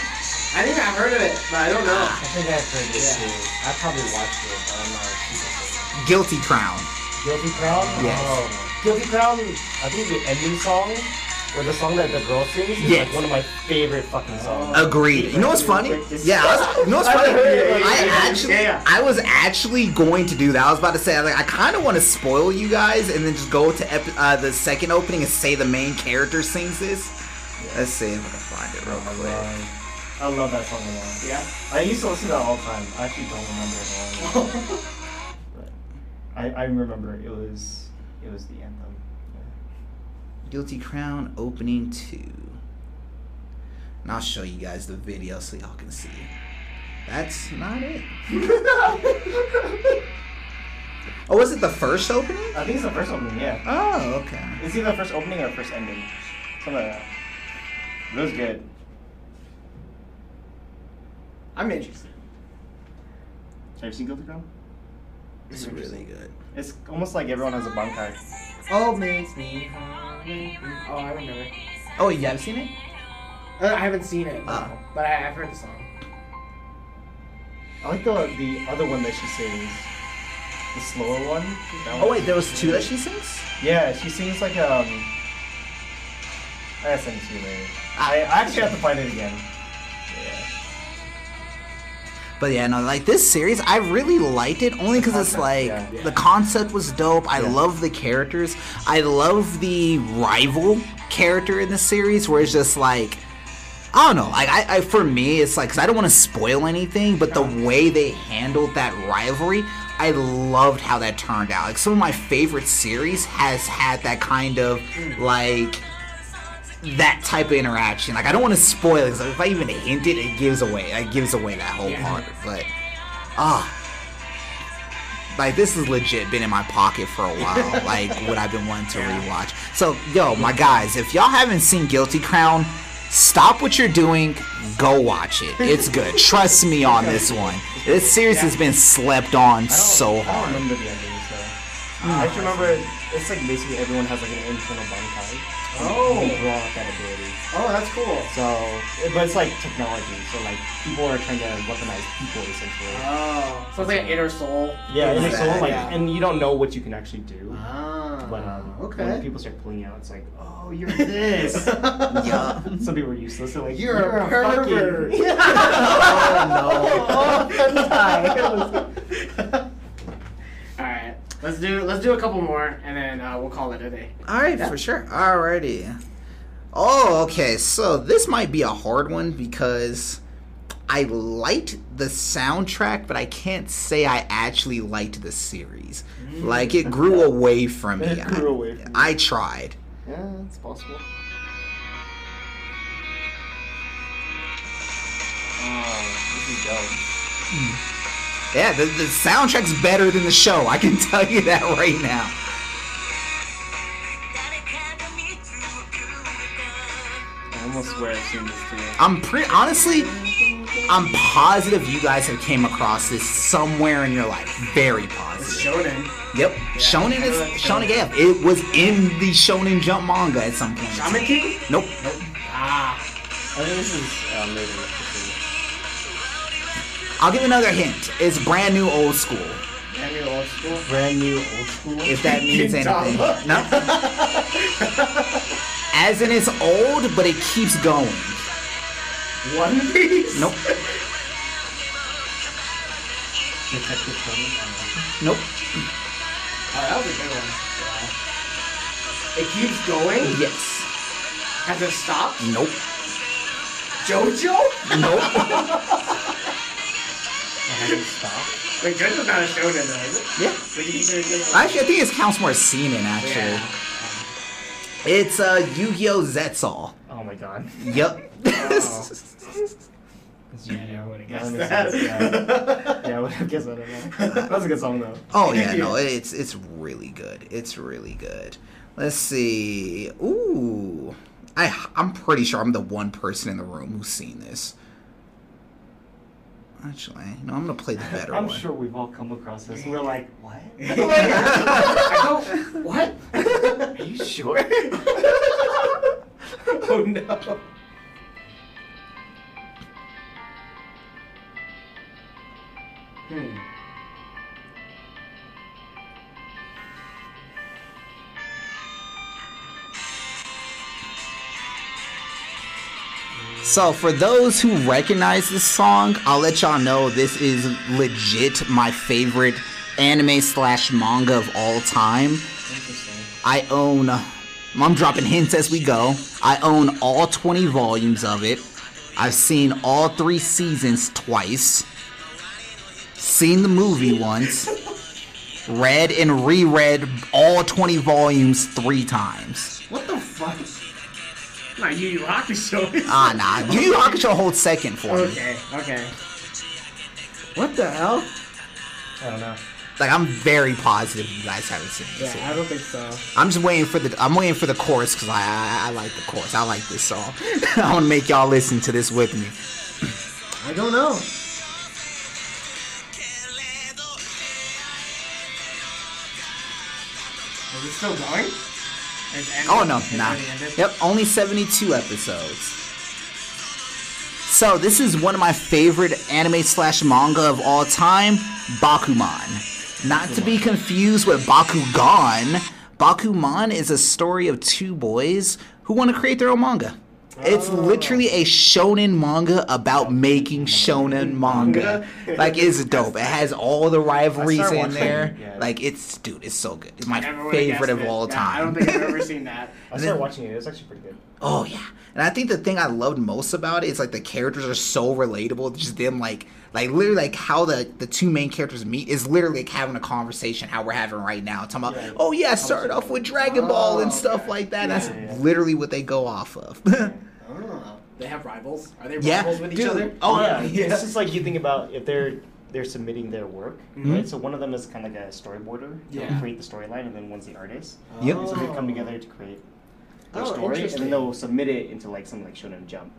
I think I heard of it, but I don't know.
I think I've heard this
Yeah.
too. I probably watched it, but I'm not super certain.
Guilty Crown.
Guilty Crown.
Yes.
Oh. Guilty Crown. I think the ending song. Or the song that the girl sings is
Yes.
like one of my favorite fucking songs.
Agreed. You know what's funny? Yeah. I was, you know what's funny? I actually, I was actually going to do that. I was about to say, I was like, I kind of want to spoil you guys and then just go to epi- uh, the second opening and say the main character sings this. Let's see if I can find it real
Oh my
quick.
God. I love that song a lot.
Yeah.
I used to listen to that all the time. I actually don't remember it all. but I, I remember it was it was the anthem.
Guilty Crown opening two. And I'll show you guys the video so y'all can see. That's not it. oh, was it the first opening?
I think it's the first opening, yeah.
Oh, okay.
It's either the first opening or first ending. Something like that. It was good.
I'm interested.
Have you seen Guilty Crown?
It's really good.
It's almost like everyone has a bankai.
Oh, makes me hungry. Oh, I remember.
Oh, you haven't seen it?
Uh, I haven't seen it,
Ah.
but I, I've heard the song.
I like the the other one that she sings. The slower one. That
Oh
one.
wait, there was two that she sings.
Yeah, she sings like um. I gotta send it to you later. I, I actually have to find it again. Yeah.
But yeah, no, like this series, I really liked it only because it's like
yeah.
the concept was dope. I
Yeah.
love the characters. I love the rival character in the series where it's just like. I don't know. Like, I, I for me, it's like because I don't want to spoil anything, but the way they handled that rivalry, I loved how that turned out. Like, some of my favorite series has had that kind of
Mm.
like that type of interaction. Like, I don't want to spoil it because if I even hint it, it gives away. It gives away that whole
Yeah.
part. But ah. Like this has legit been in my pocket for a while. like what I've been wanting to rewatch. So yo, my guys, if y'all haven't seen Guilty Crown, stop what you're doing, go watch it. It's good. Trust me on this one. This series has been slept on
I don't-
so
I don't
hard.
remember the ending, so. I just remember it's like basically everyone has like an internal bankai.
Oh.
They grow up that ability.
Oh, that's cool.
So, but it's like technology. So like people are trying to weaponize people essentially.
Oh, so it's like an inner soul.
yeah, and
Yeah.
so like,
Yeah.
and you don't know what you can actually do.
Ah.
But um, when
okay.
people start pulling out, it's like, oh, you're this.
Yeah.
Some people are useless. They're like,
You're a
fucking-"
pervert.
oh
All right. Let's do let's do a couple more and then uh, we'll call it a day.
All right, for sure. Alrighty. Oh, okay. So this might be a hard one because I liked the soundtrack, but I can't say I actually liked the series. Like it grew away from me.
Mm. It grew away from you.
I, I tried.
no. yeah, it's possible. Oh, this is dope.
Yeah, the, the soundtrack's better than the show. I can tell you that right now.
I almost swear I've seen this too.
I'm pretty honestly. I'm positive you guys have came across this somewhere in your life. Very
It's
positive.
shonen.
Yep. Shonen
I
is
know it's
Shonen Gap. It was in the Shonen Jump manga at some point.
Shaman King?
Nope.
Nope. Ah.
I think this is uh, later. actually.
I'll give another hint. It's brand new old school.
Damn you old school.
Brand new, old school.
If that means anything.
Gintama.
No. As in it's old, but it keeps going.
One Piece?
Nope.
Detective Conan.
Nope.
Oh, that was a good one. Wow. It keeps going?
Yes.
Has it stopped?
Nope.
JoJo?
Nope.
I haven't stopped.
Wait, JoJo's not a shonen though, is it?
yeah.
But you consider JoJo
Actually, I think it counts more as semen. Actually,
Yeah.
it's uh, Yu-Gi-Oh! Zetsu.
Oh my god.
Yep.
Oh. It's Yu-Gi-Oh.
I
Yeah,
guess
that makes
that.
sense, yeah. Yeah, I would- I guess I don't know. That's a good song though.
oh yeah, no, it's it's really good. It's really good. Let's see. Ooh, I I'm pretty sure I'm the one person in the room who's seen this. Actually, no, I'm gonna play the better
I'm
one.
sure we've all come across this. and We're like, what?
I go, what?
Are you sure?
oh no. Hmm.
So, for those who recognize this song, I'll let y'all know this is legit my favorite anime slash manga of all time. I own, I'm dropping hints as we go. I own all 20 volumes of it. I've seen all three seasons twice, seen the movie once, read and reread all 20 volumes three times.
What the fuck? Not Yu Yu Hakusho.
Ah, nah. Yu Yu Hakusho holds second for me.
Okay, okay. What the hell?
I don't know.
Like I'm very positive you guys haven't seen this.
Yeah, I don't think so.
I'm just waiting for the I'm waiting for the chorus because I, I I like the chorus. I like this song. I want to make y'all listen to this with me.
I don't know.
Is it still going? It's ended?
Oh no,
It's
nah.
already ended?
Yep, only 72 episodes. So this is one of my favorite anime slash manga of all time, Bakuman. Not to be confused with Bakugan. Bakuman is a story of two boys who want to create their own manga. It's literally a shonen manga about making shonen manga. Like it's dope. It has all the rivalries in
watching
there.
it, yeah.
Like it's dude, it's so good. It's my
Never would've
favorite
guessed
of
it.
all
Yeah,
time.
I don't think I've ever seen that.
I started watching it. It was actually pretty good.
Oh yeah, and I think the thing I loved most about it is like the characters are so relatable. Just them like like literally like how the the two main characters meet is literally like having a conversation how we're having right now. Talking about
Yeah.
oh yeah, I started off with Dragon Ball and
Oh,
stuff
okay.
like that.
Yeah,
That's
yeah.
literally what they go off of.
Oh. They have rivals? Are they
Yeah,
rivals with each
dude.
other?
Oh,
yeah.
yeah.
It's just like you think about if they're they're submitting their work,
Mhm.
right? So one of them is kind of like a storyboarder,
Yeah.
Mm-hmm. yeah. create the storyline, and then one's the artist.
Yep.
Oh.
And so they come together to create their
Oh,
story, and
interesting.
then they'll submit it into like something like Shonen Jump.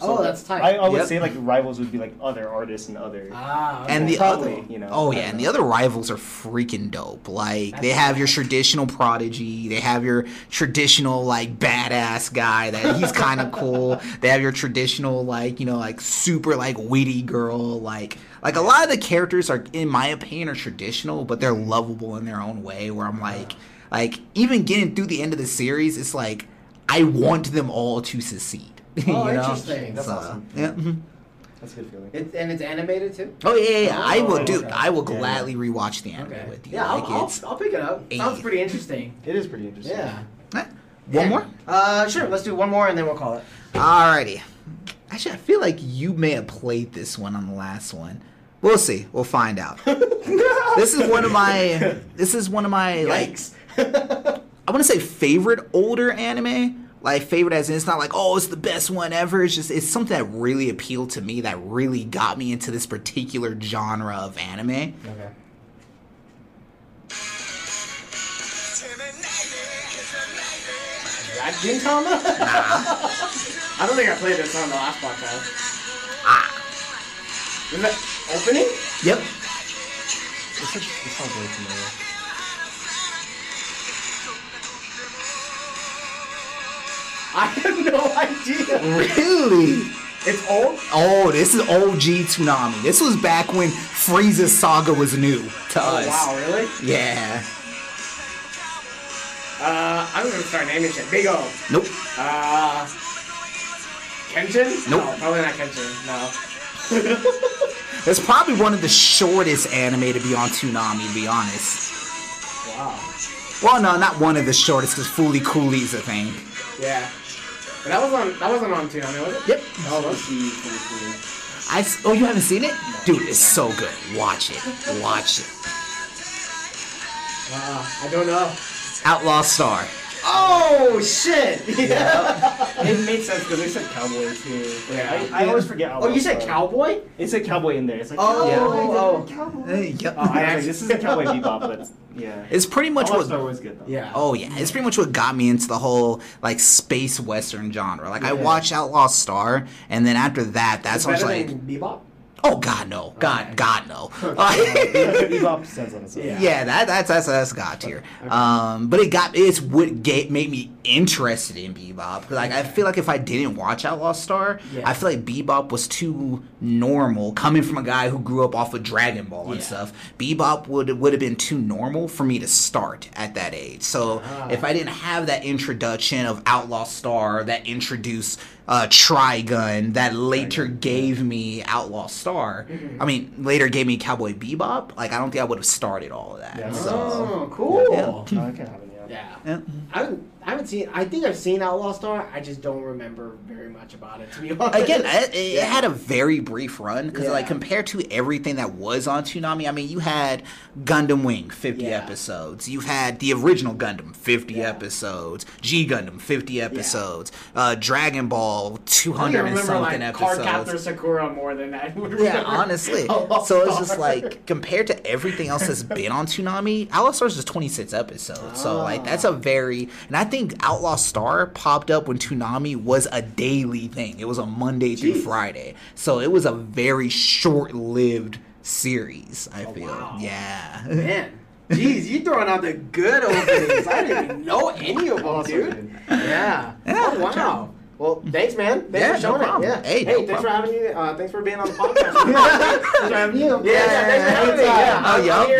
Oh, that's tight.
I, I would
Yep.
say like rivals would be like other artists and other.
Ah,
And the
Probably,
other,
you know,
oh
I
yeah,
don't
and
know.
the other rivals are freaking dope. Like they
That's
have your traditional prodigy, they have your traditional like badass guy that he's kind of cool. They have your traditional like you know like super like witty girl. Like like a lot of the characters are, in my opinion, are traditional, but they're lovable in their own way. Where I'm like, like even getting through the end of the series, it's like I want them all to succeed. you
Oh,
know?
interesting.
That's
So,
awesome.
Yeah. mhm.
That's a good feeling.
It, and it's animated too?
Oh yeah, yeah, yeah. I
Oh,
will, dude.
okay.
I will
Yeah, yeah.
gladly rewatch the anime with you.
Yeah, I'll,
Like,
I'll,
it's-
I'll pick it up. Sounds
eight.
pretty interesting.
It is pretty interesting.
Yeah.
Eh, One
Yeah.
more.
Uh, sure. Let's do one more and then we'll call it.
Alrighty. Actually, I feel like you may have played this one on the last one. We'll see. We'll find out. this is one of my. This is one of my like.
Yikes.
I want to say favorite older anime. Like favorite as in it's not like oh it's the best one ever. It's just it's something that really appealed to me that really got me into this particular genre of anime.
Okay.
Is that Gintama? I don't think I played this on the last podcast.
Ah,
Remember, opening?
Yep.
This sounds, this sounds really familiar.
I have no idea.
Really?
It's old.
Oh, this is OG Tsunami. This was back when Frieza Saga was new to us.
Oh, Wow, really?
Yeah.
Uh, I don't even start naming shit. Big O.
Nope.
Uh, Kenshin? No,
Nope.
probably not Kenshin. No.
It's probably one of the shortest anime to be on Toonami, to be honest.
Wow.
Well, no, not one of the shortest, because Fooly Cooley's a thing.
Yeah. But that was on. That wasn't on Toonami, was it?
Yep.
Oh, it was. Mm-hmm.
I s- oh, you haven't seen it? Dude, it's so good. Watch it. Watch it.
Uh, I don't know.
Outlaw Star.
Oh shit! Yeah.
It made sense because they said cowboy too.
Yeah.
I, I always forget.
oh, you said cowboy?
It said cowboy in there. It's like
Oh,
yeah.
oh,
Uh, yep.
Oh, I actually, this is a cowboy bebop, but yeah.
It's pretty much what.
All was always good though.
Yeah.
Oh yeah, it's pretty much what got me into the whole like space western genre. Like I
Yeah.
watched Outlaw Star, and then after that,
It's
that's when I was
better
like,
than Bebop.
oh god no, god
Okay.
god no.
Be- bebop stands on its own.
Yeah.
yeah, that that's that's that's god tier. Um, but it got it's what ga- made me interested in Bebop because like I feel like if I didn't watch Outlaw Star,
Yeah.
I feel like Bebop was too normal coming from a guy who grew up off of Dragon Ball and
Yeah.
stuff. Bebop would would have been too normal for me to start at that age. So
Ah.
if I didn't have that introduction of Outlaw Star that introduced uh, Trigun that later gave me Outlaw Star, I mean later gave me Cowboy Bebop, like I don't think I would have started all of that.
Yeah.
So
Oh, cool.
No, that can happen. Yeah.
Yeah.
yeah.
I haven't, I haven't seen. I think I've seen Outlaw Star. I just don't remember very much about it. To be honest.
Again, it, it
Yeah.
had a very brief run because, like,
Yeah.
compared to everything that was on Toonami, I mean, you had Gundam Wing, 50
Yeah.
episodes. You had the original Gundam, 50
Yeah.
episodes. G Gundam, 50 episodes. Uh, Dragon Ball,
I think I
200 and
remember
something
like Card Captor
episodes.
Sakura more than I. would
Yeah,
remember
honestly.
Outlaw
So it's just
Star.
like compared to everything else that's been on Toonami, Outlaw Star is just 26 episodes. So like that's a
Ah.
very and I think Outlaw Star popped up when Toonami was a daily thing. It was a Monday through
Jeez.
Friday. So it was a very short-lived series, I feel.
Oh, wow.
Yeah.
Man, jeez, you throwing out the good openings. I didn't even know any of them,
Awesome,
dude.
dude.
Yeah.
Yeah,
oh, wow. Well, thanks, man. Thanks
Yeah,
for showing
no
it.
problem.
Yeah.
Hey, no
Thanks for
problem.
having you. Uh, thanks for being on the podcast. yeah,
thanks for having you.
Yeah,
thanks for having me. Yeah.
Oh,
I'm
yup,
here.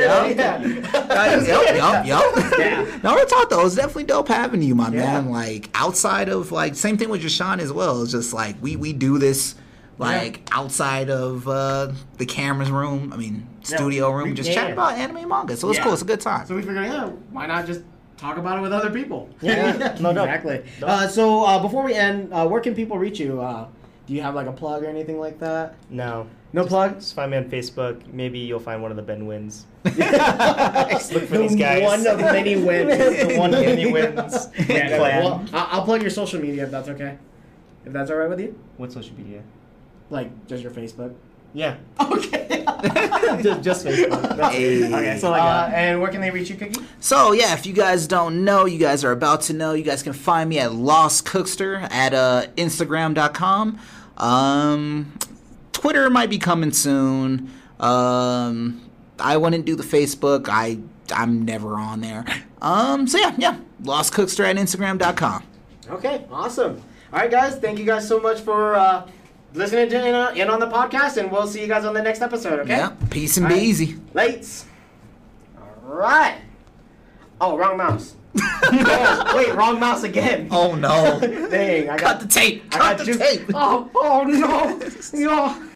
yup. Uh, yup, yup, yup.
Yeah.
No, real talk though, it's definitely dope having you, my
Yeah.
man. Like outside of like same thing with Jashawn as well. It's just like we we do this like outside of uh the camera's room. I mean studio
we-
room, just
yeah,
chat
yeah.
about anime and manga. So it's
Yeah.
cool. It's a good time.
So we figured, yeah, why not just talk about it with other people?
yeah.
No doubt.
exactly. Uh, so uh, before we end, uh, where can people reach you? Uh, do you have like a plug or anything like that?
No.
No plug.
Just find me on Facebook. Maybe you'll find one of the Ben wins.
Look
Look for these guys.
One of many wins.
the one many wins.
Yeah,
clan.
well, I- I'll plug your social media if that's okay. If that's all right with you,
What social media?
like just your Facebook.
Yeah.
Okay.
just, just Facebook. That's it.
Hey.
Okay, so like, uh,
and where can they reach you, Cookie?
So yeah, if you guys don't know, you guys are about to know. You guys can find me at Lost Cookster at uh, Instagram.com. Um, Twitter might be coming soon. Um, I wouldn't do the Facebook. I I'm never on there. Um, so yeah, yeah, Lost Cookster at Instagram.com.
Okay, awesome. All right, guys, thank you guys so much for uh, listening to in, on- in on the podcast, and we'll see you guys on the next episode. Okay.
Yeah, peace and be
All right.
easy.
Lights. All right. Oh, wrong mouse. Damn, Wait, wrong mouse again.
Oh no!
Dang, I got
Cut the tape!
I
Cut
got Oh,
the
you.
tape!
Oh, oh no, no.